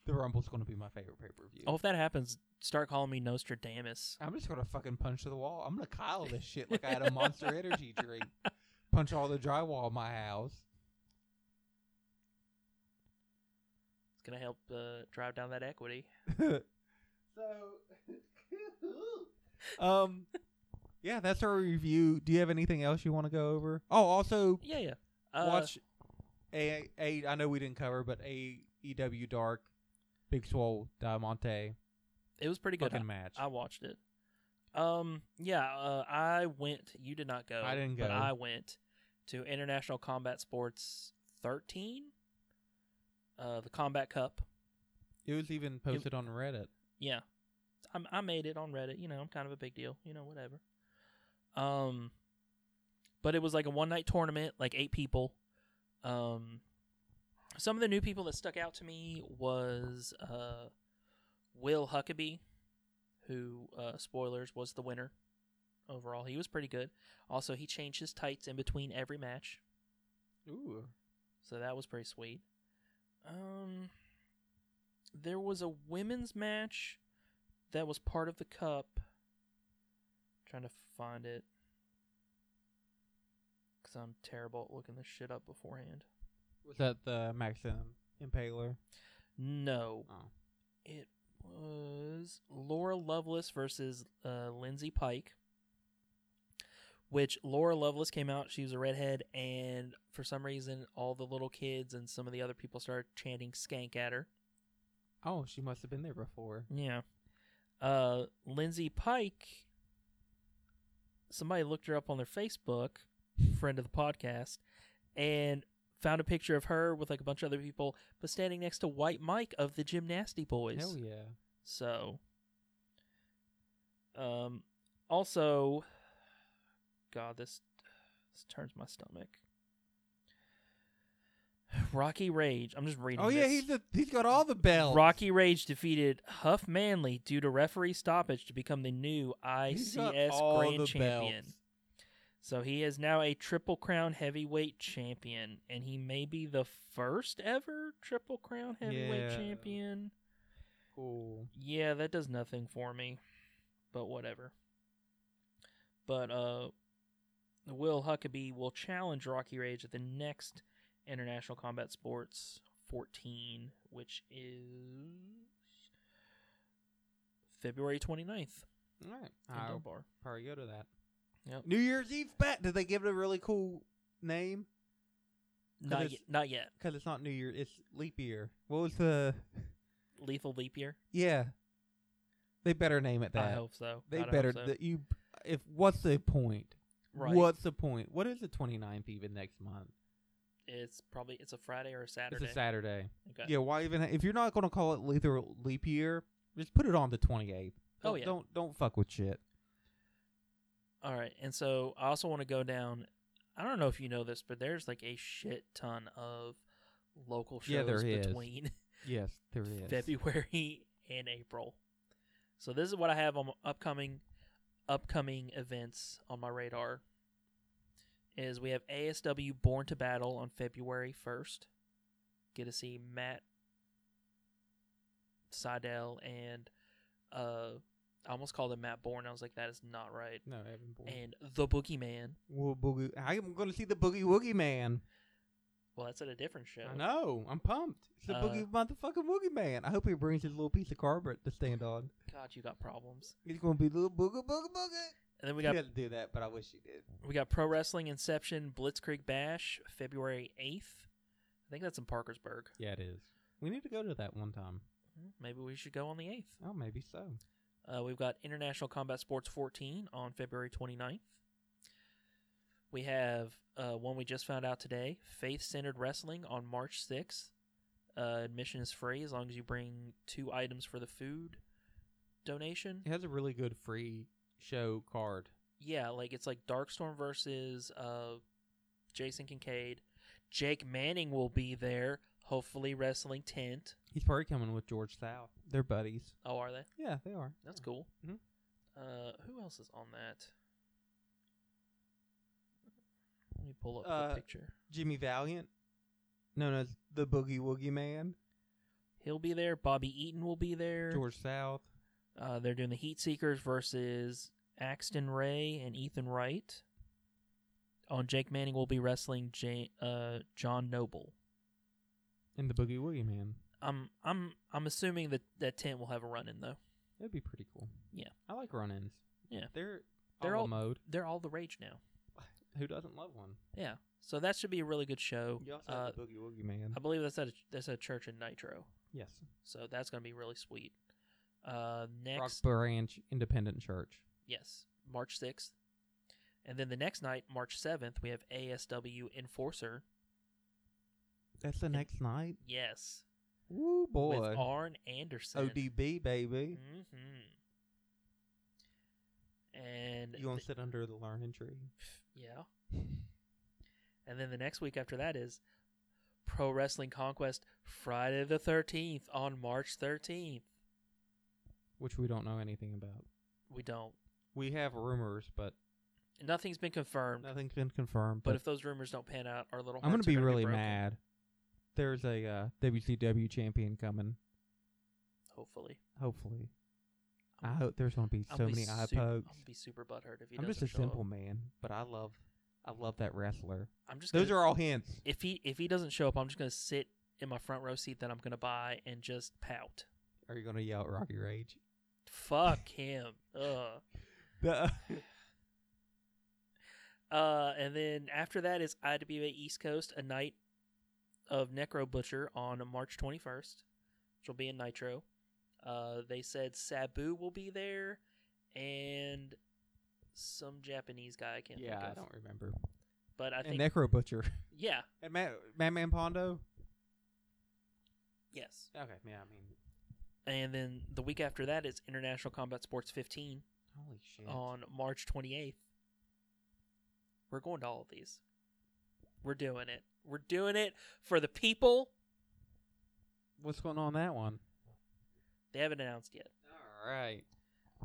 Speaker 1: the Rumble's gonna be my favorite pay per view.
Speaker 2: Oh, if that happens, start calling me Nostradamus.
Speaker 1: I'm just gonna fucking punch to the wall. I'm gonna Kyle this shit like I had a *laughs* monster energy drink. Punch all the drywall in my house. *laughs*
Speaker 2: It's gonna help uh, drive down that equity.
Speaker 1: *laughs* so, um, yeah, that's our review. Do you have anything else you want to go over? Oh, also
Speaker 2: Yeah, yeah. Uh,
Speaker 1: watch a, a I know we didn't cover, but AEW Dark, Big Swole, Diamante
Speaker 2: It was pretty good.
Speaker 1: fucking match.
Speaker 2: I watched it. Um, yeah, uh, I went. You did not go.
Speaker 1: I didn't
Speaker 2: But
Speaker 1: go.
Speaker 2: I went to International Combat Sports 13, uh, the Combat Cup.
Speaker 1: it was even posted on Reddit.
Speaker 2: Yeah, I'm, I made it on Reddit. You know, I'm kind of a big deal. You know, whatever. Um, but it was like a one night tournament, like eight people. Um, some of the new people that stuck out to me was uh, Will Huckabee, who uh, spoilers was the winner overall. He was pretty good. Also, he changed his tights in between every match.
Speaker 1: Ooh,
Speaker 2: So that was pretty sweet. Um, there was a women's match that was part of the cup. trying to find it because I'm terrible at looking this shit up beforehand.
Speaker 1: was that the Maxim Impaler?
Speaker 2: No,
Speaker 1: Oh.
Speaker 2: it was Laura Lovelace versus uh, Lindsay Pike. Which Laura Lovelace came out. She was a redhead, and for some reason, all the little kids and some of the other people started chanting "skank" at her.
Speaker 1: Oh, she must have been there before.
Speaker 2: Yeah. Uh, Lindsay Pike, somebody looked her up on their Facebook, friend of the podcast, and found a picture of her with like a bunch of other people, but standing next to White Mike of the Gymnasty Boys.
Speaker 1: Hell yeah.
Speaker 2: So, um, also, God, this, this turns my stomach. Rocky Rage. I'm just reading.
Speaker 1: Oh yeah,
Speaker 2: this.
Speaker 1: he's the, he's got all the bells.
Speaker 2: Rocky Rage defeated Huff Manley due to referee stoppage to become the new
Speaker 1: He's got
Speaker 2: ICS
Speaker 1: all
Speaker 2: Grand
Speaker 1: the
Speaker 2: Champion.
Speaker 1: belts.
Speaker 2: So he is now a Triple Crown Heavyweight Champion, and he may be the first ever Triple Crown Heavyweight
Speaker 1: Yeah.
Speaker 2: Champion.
Speaker 1: Cool.
Speaker 2: Yeah, that does nothing for me, but whatever. But uh, Will Huckabee will challenge Rocky Rage at the next International Combat Sports 14, which is February 29th.
Speaker 1: All right,
Speaker 2: in
Speaker 1: I'll
Speaker 2: Dobar.
Speaker 1: probably go to that.
Speaker 2: Yep.
Speaker 1: New Year's Eve bet. Did they give it a really cool name?
Speaker 2: Not,
Speaker 1: it's-
Speaker 2: yet, not yet.
Speaker 1: Because it's not New Year. It's leap year. What was the? *laughs*
Speaker 2: Lethal Leap Year.
Speaker 1: Yeah, they better name it that.
Speaker 2: I hope so.
Speaker 1: They
Speaker 2: God, I hope
Speaker 1: better
Speaker 2: so.
Speaker 1: that you. If what's the point?
Speaker 2: right.
Speaker 1: What's the point? What is the 29th even next month?
Speaker 2: It's probably it's a Friday or a Saturday.
Speaker 1: It's a Saturday.
Speaker 2: Okay. *laughs*
Speaker 1: Yeah, why even if you're not going to call it Luther leap year, just put it on the 28th.
Speaker 2: Oh,
Speaker 1: Don't-
Speaker 2: yeah.
Speaker 1: Don't don't fuck with shit.
Speaker 2: All right, and so I also want to go down. I don't know if you know this, but there's like a shit ton of local shows
Speaker 1: Yeah, there is.
Speaker 2: between *laughs*
Speaker 1: Yes, there is.
Speaker 2: February and April. So this is what I have on my upcoming upcoming events on my radar. Is we have ASW Born to Battle on February first. Get to see Matt Seidel and uh, I almost called him Matt Bourne. I was like, that is not right
Speaker 1: No, Evan Bourne.
Speaker 2: and the Boogeyman.
Speaker 1: Well, boogie. I'm going to see the Boogie Woogie Man.
Speaker 2: Well, that's at a different show.
Speaker 1: I know. I'm pumped. It's the
Speaker 2: Uh,
Speaker 1: boogie motherfucking boogie man. I hope he brings his little piece of carpet to stand on.
Speaker 2: God, you got problems.
Speaker 1: He's gonna be little boogie boogie boogie.
Speaker 2: And then
Speaker 1: We
Speaker 2: we got
Speaker 1: got to do that, but I wish you did.
Speaker 2: we got Pro Wrestling Inception Blitzkrieg Bash February eighth. I think that's in Parkersburg.
Speaker 1: Yeah, it is. We need to go to that one time.
Speaker 2: Hmm, Maybe we should go on the eighth.
Speaker 1: Oh, maybe so.
Speaker 2: Uh, we've got International Combat Sports 14 on February 29th. We have uh, one we just found out today Faith Centered Wrestling on March 6th. Uh, admission is free as long as you bring two items for the food donation.
Speaker 1: It has a really good free show card.
Speaker 2: Yeah, like it's like Darkstorm versus uh, Jason Kincaid. Jake Manning will be there, hopefully, wrestling tent.
Speaker 1: He's probably coming with George South. They're buddies.
Speaker 2: Oh, are they?
Speaker 1: Yeah, they are.
Speaker 2: That's cool.
Speaker 1: Mhm.
Speaker 2: Uh, who else is on that? Let me pull up
Speaker 1: Uh,
Speaker 2: the picture.
Speaker 1: Jimmy Valiant, known as the Boogie Woogie Man.
Speaker 2: He'll be there. Bobby Eaton will be there.
Speaker 1: George South.
Speaker 2: Uh, they're doing the Heat Seekers versus Axton Ray and Ethan Wright. On Jake Manning will be wrestling J- uh, John Noble.
Speaker 1: And the Boogie Woogie Man.
Speaker 2: I'm I'm I'm assuming that that tent will have a run in though.
Speaker 1: That'd be pretty cool.
Speaker 2: Yeah.
Speaker 1: I like run ins.
Speaker 2: Yeah.
Speaker 1: They're
Speaker 2: They're
Speaker 1: they're all
Speaker 2: all-
Speaker 1: mode.
Speaker 2: They're all the rage now.
Speaker 1: Who doesn't love one?
Speaker 2: Yeah, so that should be a really good show.
Speaker 1: You also
Speaker 2: Uh,
Speaker 1: have the Boogie Woogie Man.
Speaker 2: I believe that's at a, that's at a church in Nitro.
Speaker 1: yes.
Speaker 2: So that's going to be really sweet. Uh, next,
Speaker 1: Rock Branch Independent Church.
Speaker 2: yes, March 6th. And then the next night, March 7th, we have ASW Enforcer.
Speaker 1: That's the next night.
Speaker 2: Yes.
Speaker 1: Woo boy.
Speaker 2: With Arn Anderson.
Speaker 1: ODB
Speaker 2: Mm,
Speaker 1: baby.
Speaker 2: Mm-hmm. And
Speaker 1: You gonna
Speaker 2: th-
Speaker 1: sit under the learning tree?
Speaker 2: yeah. And then the next week after that is Pro Wrestling Conquest Friday the 13th on March 13th.
Speaker 1: Which we don't know anything about.
Speaker 2: We don't.
Speaker 1: We have rumors, but
Speaker 2: Nothing's been confirmed.
Speaker 1: nothing's been confirmed.
Speaker 2: But if those rumors don't pan out, our little
Speaker 1: I'm gonna
Speaker 2: hearts are
Speaker 1: be really
Speaker 2: broken.
Speaker 1: mad. There's a uh, WCW champion coming.
Speaker 2: Hopefully,
Speaker 1: Hopefully, I hope there's gonna be
Speaker 2: I'll
Speaker 1: so
Speaker 2: be
Speaker 1: many eye
Speaker 2: sup- I'm
Speaker 1: pokes.
Speaker 2: gonna be super butthurt if he
Speaker 1: I'm
Speaker 2: doesn't
Speaker 1: just a
Speaker 2: show
Speaker 1: simple
Speaker 2: up.
Speaker 1: man, but I love, I love that wrestler.
Speaker 2: I'm just.
Speaker 1: Those
Speaker 2: gonna,
Speaker 1: are all hints.
Speaker 2: If he if he doesn't show up, I'm just gonna sit in my front row seat that I'm gonna buy and just pout.
Speaker 1: Are you gonna yell at Rocky Rage? *laughs*
Speaker 2: Fuck him. Ugh.
Speaker 1: The-
Speaker 2: Uh, and then after that is IWA East Coast, a night of Necro Butcher on March 21st, which will be in Nitro. Uh, they said Sabu will be there, and some Japanese guy I can't
Speaker 1: yeah,
Speaker 2: think
Speaker 1: I
Speaker 2: of.
Speaker 1: don't remember.
Speaker 2: But I
Speaker 1: and
Speaker 2: think
Speaker 1: Necro Butcher *laughs*
Speaker 2: yeah,
Speaker 1: and Mad Madman Pondo.
Speaker 2: yes.
Speaker 1: Okay, yeah, I mean,
Speaker 2: And then the week after that is International Combat Sports 15
Speaker 1: holy shit.
Speaker 2: on March 28th. We're going to all of these. We're doing it. We're doing it for the people.
Speaker 1: What's going on in that one?
Speaker 2: They haven't announced yet.
Speaker 1: All right.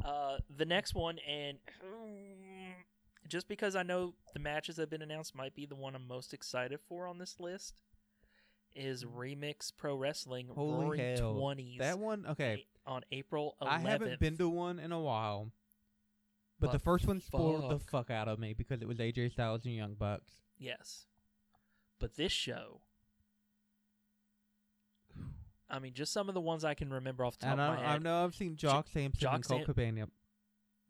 Speaker 2: Uh, the next one, and just because I know the matches that have been announced might be the one I'm most excited for on this list, is Remix Pro Wrestling
Speaker 1: Mm. Holy
Speaker 2: Roaring
Speaker 1: hell.
Speaker 2: 20s
Speaker 1: That one, okay.
Speaker 2: on April 11th.
Speaker 1: I haven't been to one in a while. But, the
Speaker 2: But
Speaker 1: first one spoiled the
Speaker 2: fuck.
Speaker 1: fuck out of me because it was AJ Styles and Young Bucks.
Speaker 2: Yes. But this show, I mean, just some of the ones I can remember off the top
Speaker 1: And
Speaker 2: of
Speaker 1: I,
Speaker 2: my head.
Speaker 1: I know I've seen Jock Sampson
Speaker 2: Jock
Speaker 1: and Cole
Speaker 2: Sam-
Speaker 1: Cabana.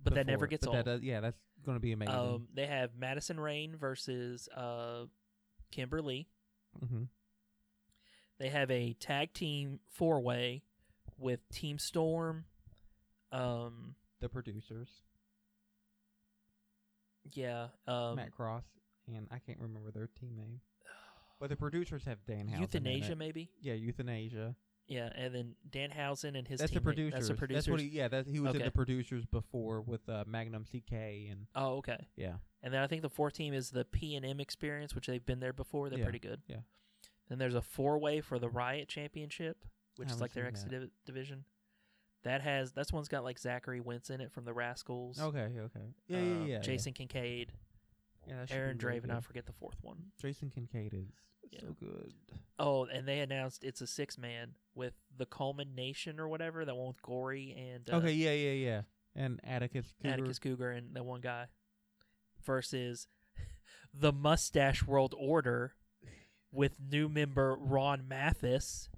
Speaker 2: But that never
Speaker 1: before,
Speaker 2: gets
Speaker 1: but that
Speaker 2: old.
Speaker 1: does- yeah, that's going to be amazing.
Speaker 2: um, they have Madison Rain versus uh, Kimberly.
Speaker 1: hmm
Speaker 2: They have a tag team four way with Team Storm. Um,
Speaker 1: The producers,
Speaker 2: yeah. Um,
Speaker 1: Matt Cross, and I can't remember their team name. But the producers have Dan Housen. in it.
Speaker 2: euthanasia, maybe.
Speaker 1: Yeah, Euthanasia.
Speaker 2: Yeah, and then Danhausen and his
Speaker 1: that's the
Speaker 2: teammate-
Speaker 1: producers.
Speaker 2: That's the producers.
Speaker 1: what he, yeah, that's, he was in
Speaker 2: Okay.
Speaker 1: the producers before with uh, Magnum CK and
Speaker 2: oh, okay.
Speaker 1: yeah.
Speaker 2: And then I think the fourth team is the P and M Experience, which they've been there before. They're
Speaker 1: Yeah,
Speaker 2: pretty good.
Speaker 1: yeah.
Speaker 2: Then there's a four way for the Riot Championship, which
Speaker 1: I
Speaker 2: is
Speaker 1: haven't
Speaker 2: like their X
Speaker 1: seen
Speaker 2: div- division. That has that's one's got like Zachary Wentz in it from the Rascals.
Speaker 1: Okay, okay. Oh, Yeah, yeah,
Speaker 2: um,
Speaker 1: yeah. yeah.
Speaker 2: Jason Kincaid,
Speaker 1: yeah, that should be
Speaker 2: Aaron
Speaker 1: really
Speaker 2: Draven.
Speaker 1: good.
Speaker 2: I forget the fourth one.
Speaker 1: Jason Kincaid is
Speaker 2: Yeah.
Speaker 1: so good.
Speaker 2: Oh, and they announced it's a six man with the Coleman Nation or whatever that one with Gory and uh,
Speaker 1: Okay, yeah, yeah, yeah. And Atticus Cooper.
Speaker 2: Atticus Cougar and that one *laughs* guy versus the Mustache World Order with new member Ron Mathis.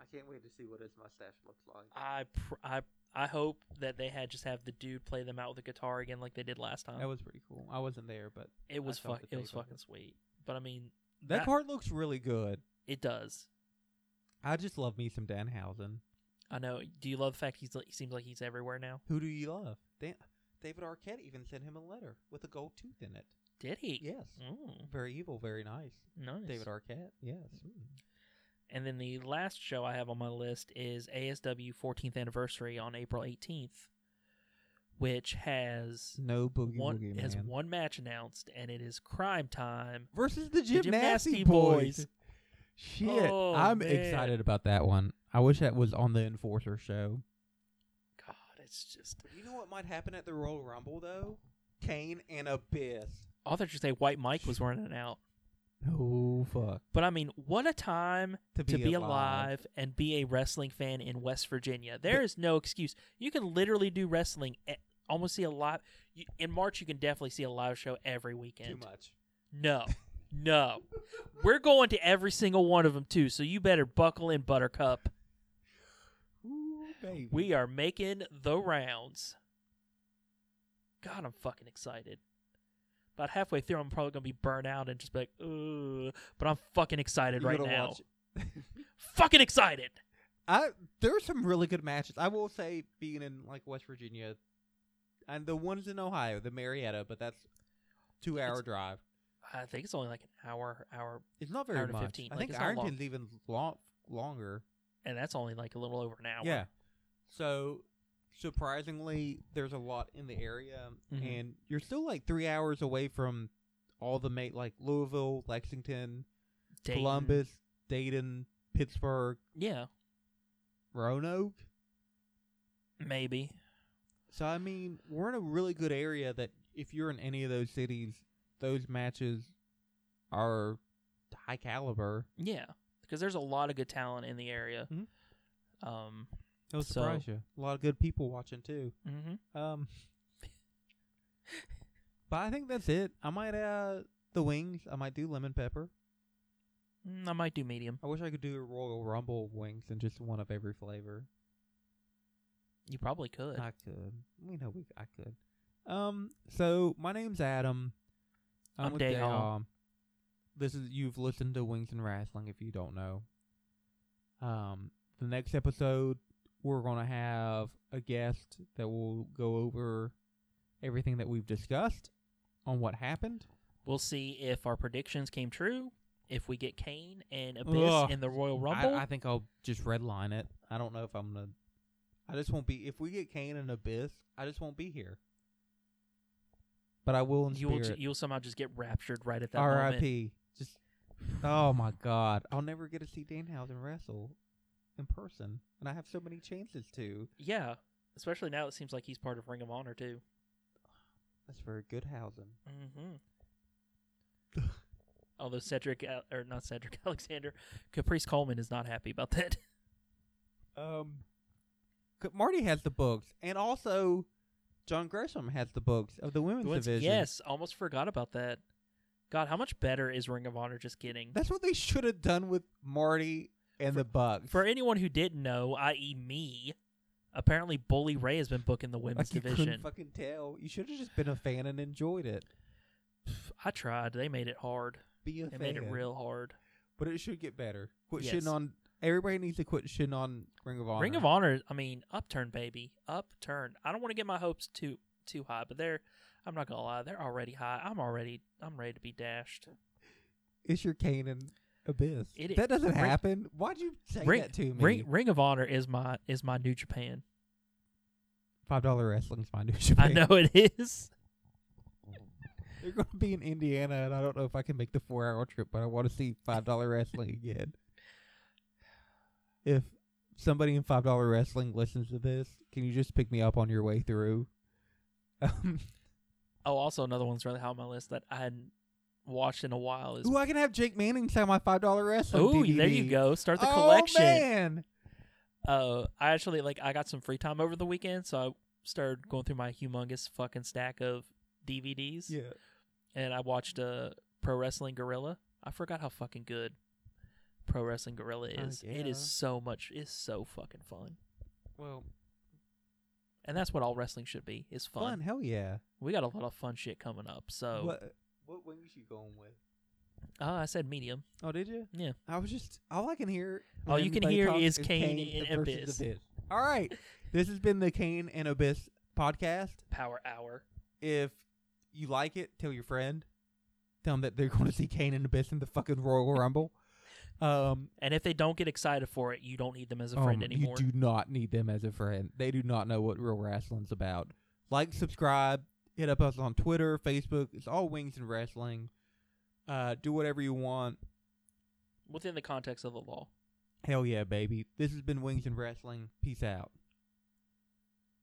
Speaker 5: I can't wait to see what his mustache looks like.
Speaker 2: I pr- I I hope that they had just have the dude play them out with the guitar again like they did last time.
Speaker 1: That was pretty cool. I wasn't there, but
Speaker 2: it was
Speaker 1: I saw
Speaker 2: fuck
Speaker 1: the
Speaker 2: it was
Speaker 1: tape of
Speaker 2: fucking sweet. But I mean,
Speaker 1: that,
Speaker 2: That-
Speaker 1: part looks really good.
Speaker 2: it does.
Speaker 1: I just love me some Danhausen.
Speaker 2: I know. Do you love the fact he's like- he seems like he's everywhere now?
Speaker 1: Who do you love? Dan- David Arquette even sent him a letter with a gold tooth in it.
Speaker 2: Did he?
Speaker 1: Yes.
Speaker 2: Mm,
Speaker 1: Very evil, very nice.
Speaker 2: nice.
Speaker 1: David Arquette, yes. Mm.
Speaker 2: And then the last show I have on my list is ASW 14th anniversary on April 18th, which has
Speaker 1: No boogie
Speaker 2: one
Speaker 1: woogie
Speaker 2: has
Speaker 1: man.
Speaker 2: one match announced, and it is Crime Time.
Speaker 1: Versus the Gym,
Speaker 2: Gymnasty
Speaker 1: Nasty boys.
Speaker 2: Boys.
Speaker 1: Shit,
Speaker 2: Oh,
Speaker 1: I'm
Speaker 2: man.
Speaker 1: excited about that one. I wish that was on the Enforcer show.
Speaker 2: God, it's just
Speaker 1: You know what might happen at the Royal Rumble though? Kane and Abyss.
Speaker 2: I thought you say White Mike was running out,
Speaker 1: Oh fuck.
Speaker 2: but I mean, what a time
Speaker 1: To
Speaker 2: to be alive. and be a wrestling fan in West Virginia. There
Speaker 1: But-
Speaker 2: is no excuse. You can literally do wrestling. At, almost see a live you, in March. You can definitely see a live show every weekend.
Speaker 1: Too much.
Speaker 2: No, no. We're going to every single one of them too, so you better buckle in, Buttercup.
Speaker 1: Ooh, baby.
Speaker 2: We are making the rounds. God, I'm fucking excited. About halfway through, I'm probably gonna be burnt out and just be like, ugh. But I'm fucking excited
Speaker 1: You
Speaker 2: right
Speaker 1: gotta
Speaker 2: now.
Speaker 1: watch
Speaker 2: Fucking excited.
Speaker 1: I there are some really good matches. I will say being in like West Virginia and the ones in Ohio, the Marietta, but that's two hour
Speaker 2: It's-
Speaker 1: drive.
Speaker 2: I think it's only like an hour, hour,
Speaker 1: It's not
Speaker 2: hour
Speaker 1: very
Speaker 2: to
Speaker 1: much.
Speaker 2: 15.
Speaker 1: I
Speaker 2: Like,
Speaker 1: think
Speaker 2: it's not long.
Speaker 1: Ironton's even long, longer.
Speaker 2: and that's only like a little over an hour.
Speaker 1: Yeah. So surprisingly, there's a lot in the area,
Speaker 2: Mhm.
Speaker 1: and you're still like three hours away from all the mate like Louisville, Lexington,
Speaker 2: Dayton.
Speaker 1: Columbus, Dayton, Pittsburgh,
Speaker 2: Yeah,
Speaker 1: Roanoke.
Speaker 2: maybe.
Speaker 1: So I mean, we're in a really good area that if you're in any of those cities, those matches are high caliber.
Speaker 2: Yeah, because there's a lot of good talent in the area.
Speaker 1: Mhm.
Speaker 2: Um.
Speaker 1: It'll
Speaker 2: So-
Speaker 1: surprise you. A lot of good people watching too.
Speaker 2: mhm.
Speaker 1: Um, but I think that's it. I might uh the wings. I might do lemon pepper.
Speaker 2: Mm, I might do medium.
Speaker 1: I wish I could do a Royal Rumble wings and just one of every flavor.
Speaker 2: You probably could.
Speaker 1: I could. We know we. I could. Um. So my name's Adam.
Speaker 2: I'm
Speaker 1: with
Speaker 2: Dayhaw.
Speaker 1: Dayhaw. This is you've listened to Wings and Wrestling. If you don't know, um, the next episode we're gonna have a guest that will go over everything that we've discussed on what happened.
Speaker 2: We'll see if our predictions came true. If we get Kane and Abyss
Speaker 1: Ugh.
Speaker 2: in the Royal
Speaker 1: I-
Speaker 2: Rumble,
Speaker 1: I, think I'll just redline it. I don't know if I'm gonna. I just won't be. If we get Kane and Abyss, I just won't be here. But I will in
Speaker 2: you will ju-
Speaker 1: spirit.
Speaker 2: you'll somehow just get raptured right at that moment.
Speaker 1: R.I.P. Just oh my god, I'll never get to see Danhausen wrestle in person, and I have so many chances to.
Speaker 2: Yeah, especially now it seems like he's part of Ring of Honor too.
Speaker 1: That's very good housing.
Speaker 2: Mm-hmm.
Speaker 1: *laughs*
Speaker 2: Although Cedric Al- or not Cedric *laughs* Alexander, Caprice Coleman is not happy about that.
Speaker 1: Um, c- Marty has the books, and also John Gresham has the books of the women's
Speaker 2: Once-
Speaker 1: division.
Speaker 2: yes, almost forgot about that. God, how much better is Ring of Honor just getting?
Speaker 1: that's what they should have done with Marty and the Bucks.
Speaker 2: For anyone who didn't know, i.e., me, apparently Bully Ray has been booking the women's
Speaker 1: like you
Speaker 2: division.
Speaker 1: couldn't fucking tell. You should have just been a fan and enjoyed it.
Speaker 2: Pff, I tried. They made it hard.
Speaker 1: Be a
Speaker 2: They
Speaker 1: fan.
Speaker 2: made it real hard.
Speaker 1: but it should get better. Quit
Speaker 2: Yes.
Speaker 1: shitting on. Everybody needs to quit shitting on Ring of Honor.
Speaker 2: Ring of Honor. I mean, upturn, baby, upturn. I don't want to get my hopes too too high, but they're. I'm not gonna lie. They're already high. I'm already. I'm ready to be dashed.
Speaker 1: It's your Cain and Abyss.
Speaker 2: It is-
Speaker 1: that doesn't
Speaker 2: Ring-
Speaker 1: happen. Why'd you say
Speaker 2: Ring,
Speaker 1: that to me?
Speaker 2: Ring, Ring of Honor is my is my New Japan.
Speaker 1: Five dollar wrestling's my new
Speaker 2: I
Speaker 1: Japan. *laughs*
Speaker 2: know *laughs* it is.
Speaker 1: They're gonna be in Indiana, and I don't know if I can make the four hour trip, but I want to see five dollar wrestling again. If somebody in five dollar wrestling listens to this, can you just pick me up on your way through? *laughs* Um,
Speaker 2: Oh, also another one's really high on my list that I hadn't watched in a while is.
Speaker 1: ooh, I can have Jake Manning sign my five dollar wrestling.
Speaker 2: Ooh, there
Speaker 1: DVD.
Speaker 2: you go. Start the
Speaker 1: oh,
Speaker 2: collection.
Speaker 1: man.
Speaker 2: Uh, I actually like I got some free time over the weekend, so I started going through my humongous fucking stack of DVDs,
Speaker 1: Yeah.
Speaker 2: and I watched uh, Pro Wrestling Gorilla. I forgot how fucking good Pro Wrestling Gorilla
Speaker 1: Uh,
Speaker 2: is. It is
Speaker 1: yeah.
Speaker 2: so much. It's so fucking fun,
Speaker 1: Well,
Speaker 2: and that's what all wrestling should be. Is fun. Oh.
Speaker 1: fun, hell yeah.
Speaker 2: We got a lot of fun shit coming up. So
Speaker 1: What what wings you going with?
Speaker 2: Uh, I said medium.
Speaker 1: Oh, did you?
Speaker 2: Yeah.
Speaker 1: I was just all I can hear.
Speaker 2: All
Speaker 1: when
Speaker 2: you can
Speaker 1: everybody
Speaker 2: hear
Speaker 1: talks
Speaker 2: is Kane and
Speaker 1: versus
Speaker 2: Abyss.
Speaker 1: All right, this has been the Kane and Abyss podcast.
Speaker 2: Power hour.
Speaker 1: If you like it, tell your friend. Tell them that they're going to see Kane and Abyss in the fucking
Speaker 2: *laughs*
Speaker 1: Royal Rumble. Um,
Speaker 2: And if they don't get excited for it, you don't need them as a friend
Speaker 1: um,
Speaker 2: anymore.
Speaker 1: You do not need them as a friend. They do not know what real wrestling's about. Like, subscribe, hit up us on Twitter, Facebook. It's all Wings and Wrestling. Uh, do whatever you want.
Speaker 2: Within the context of the law.
Speaker 1: Hell yeah, baby. This has been Wings and Wrestling. Peace out.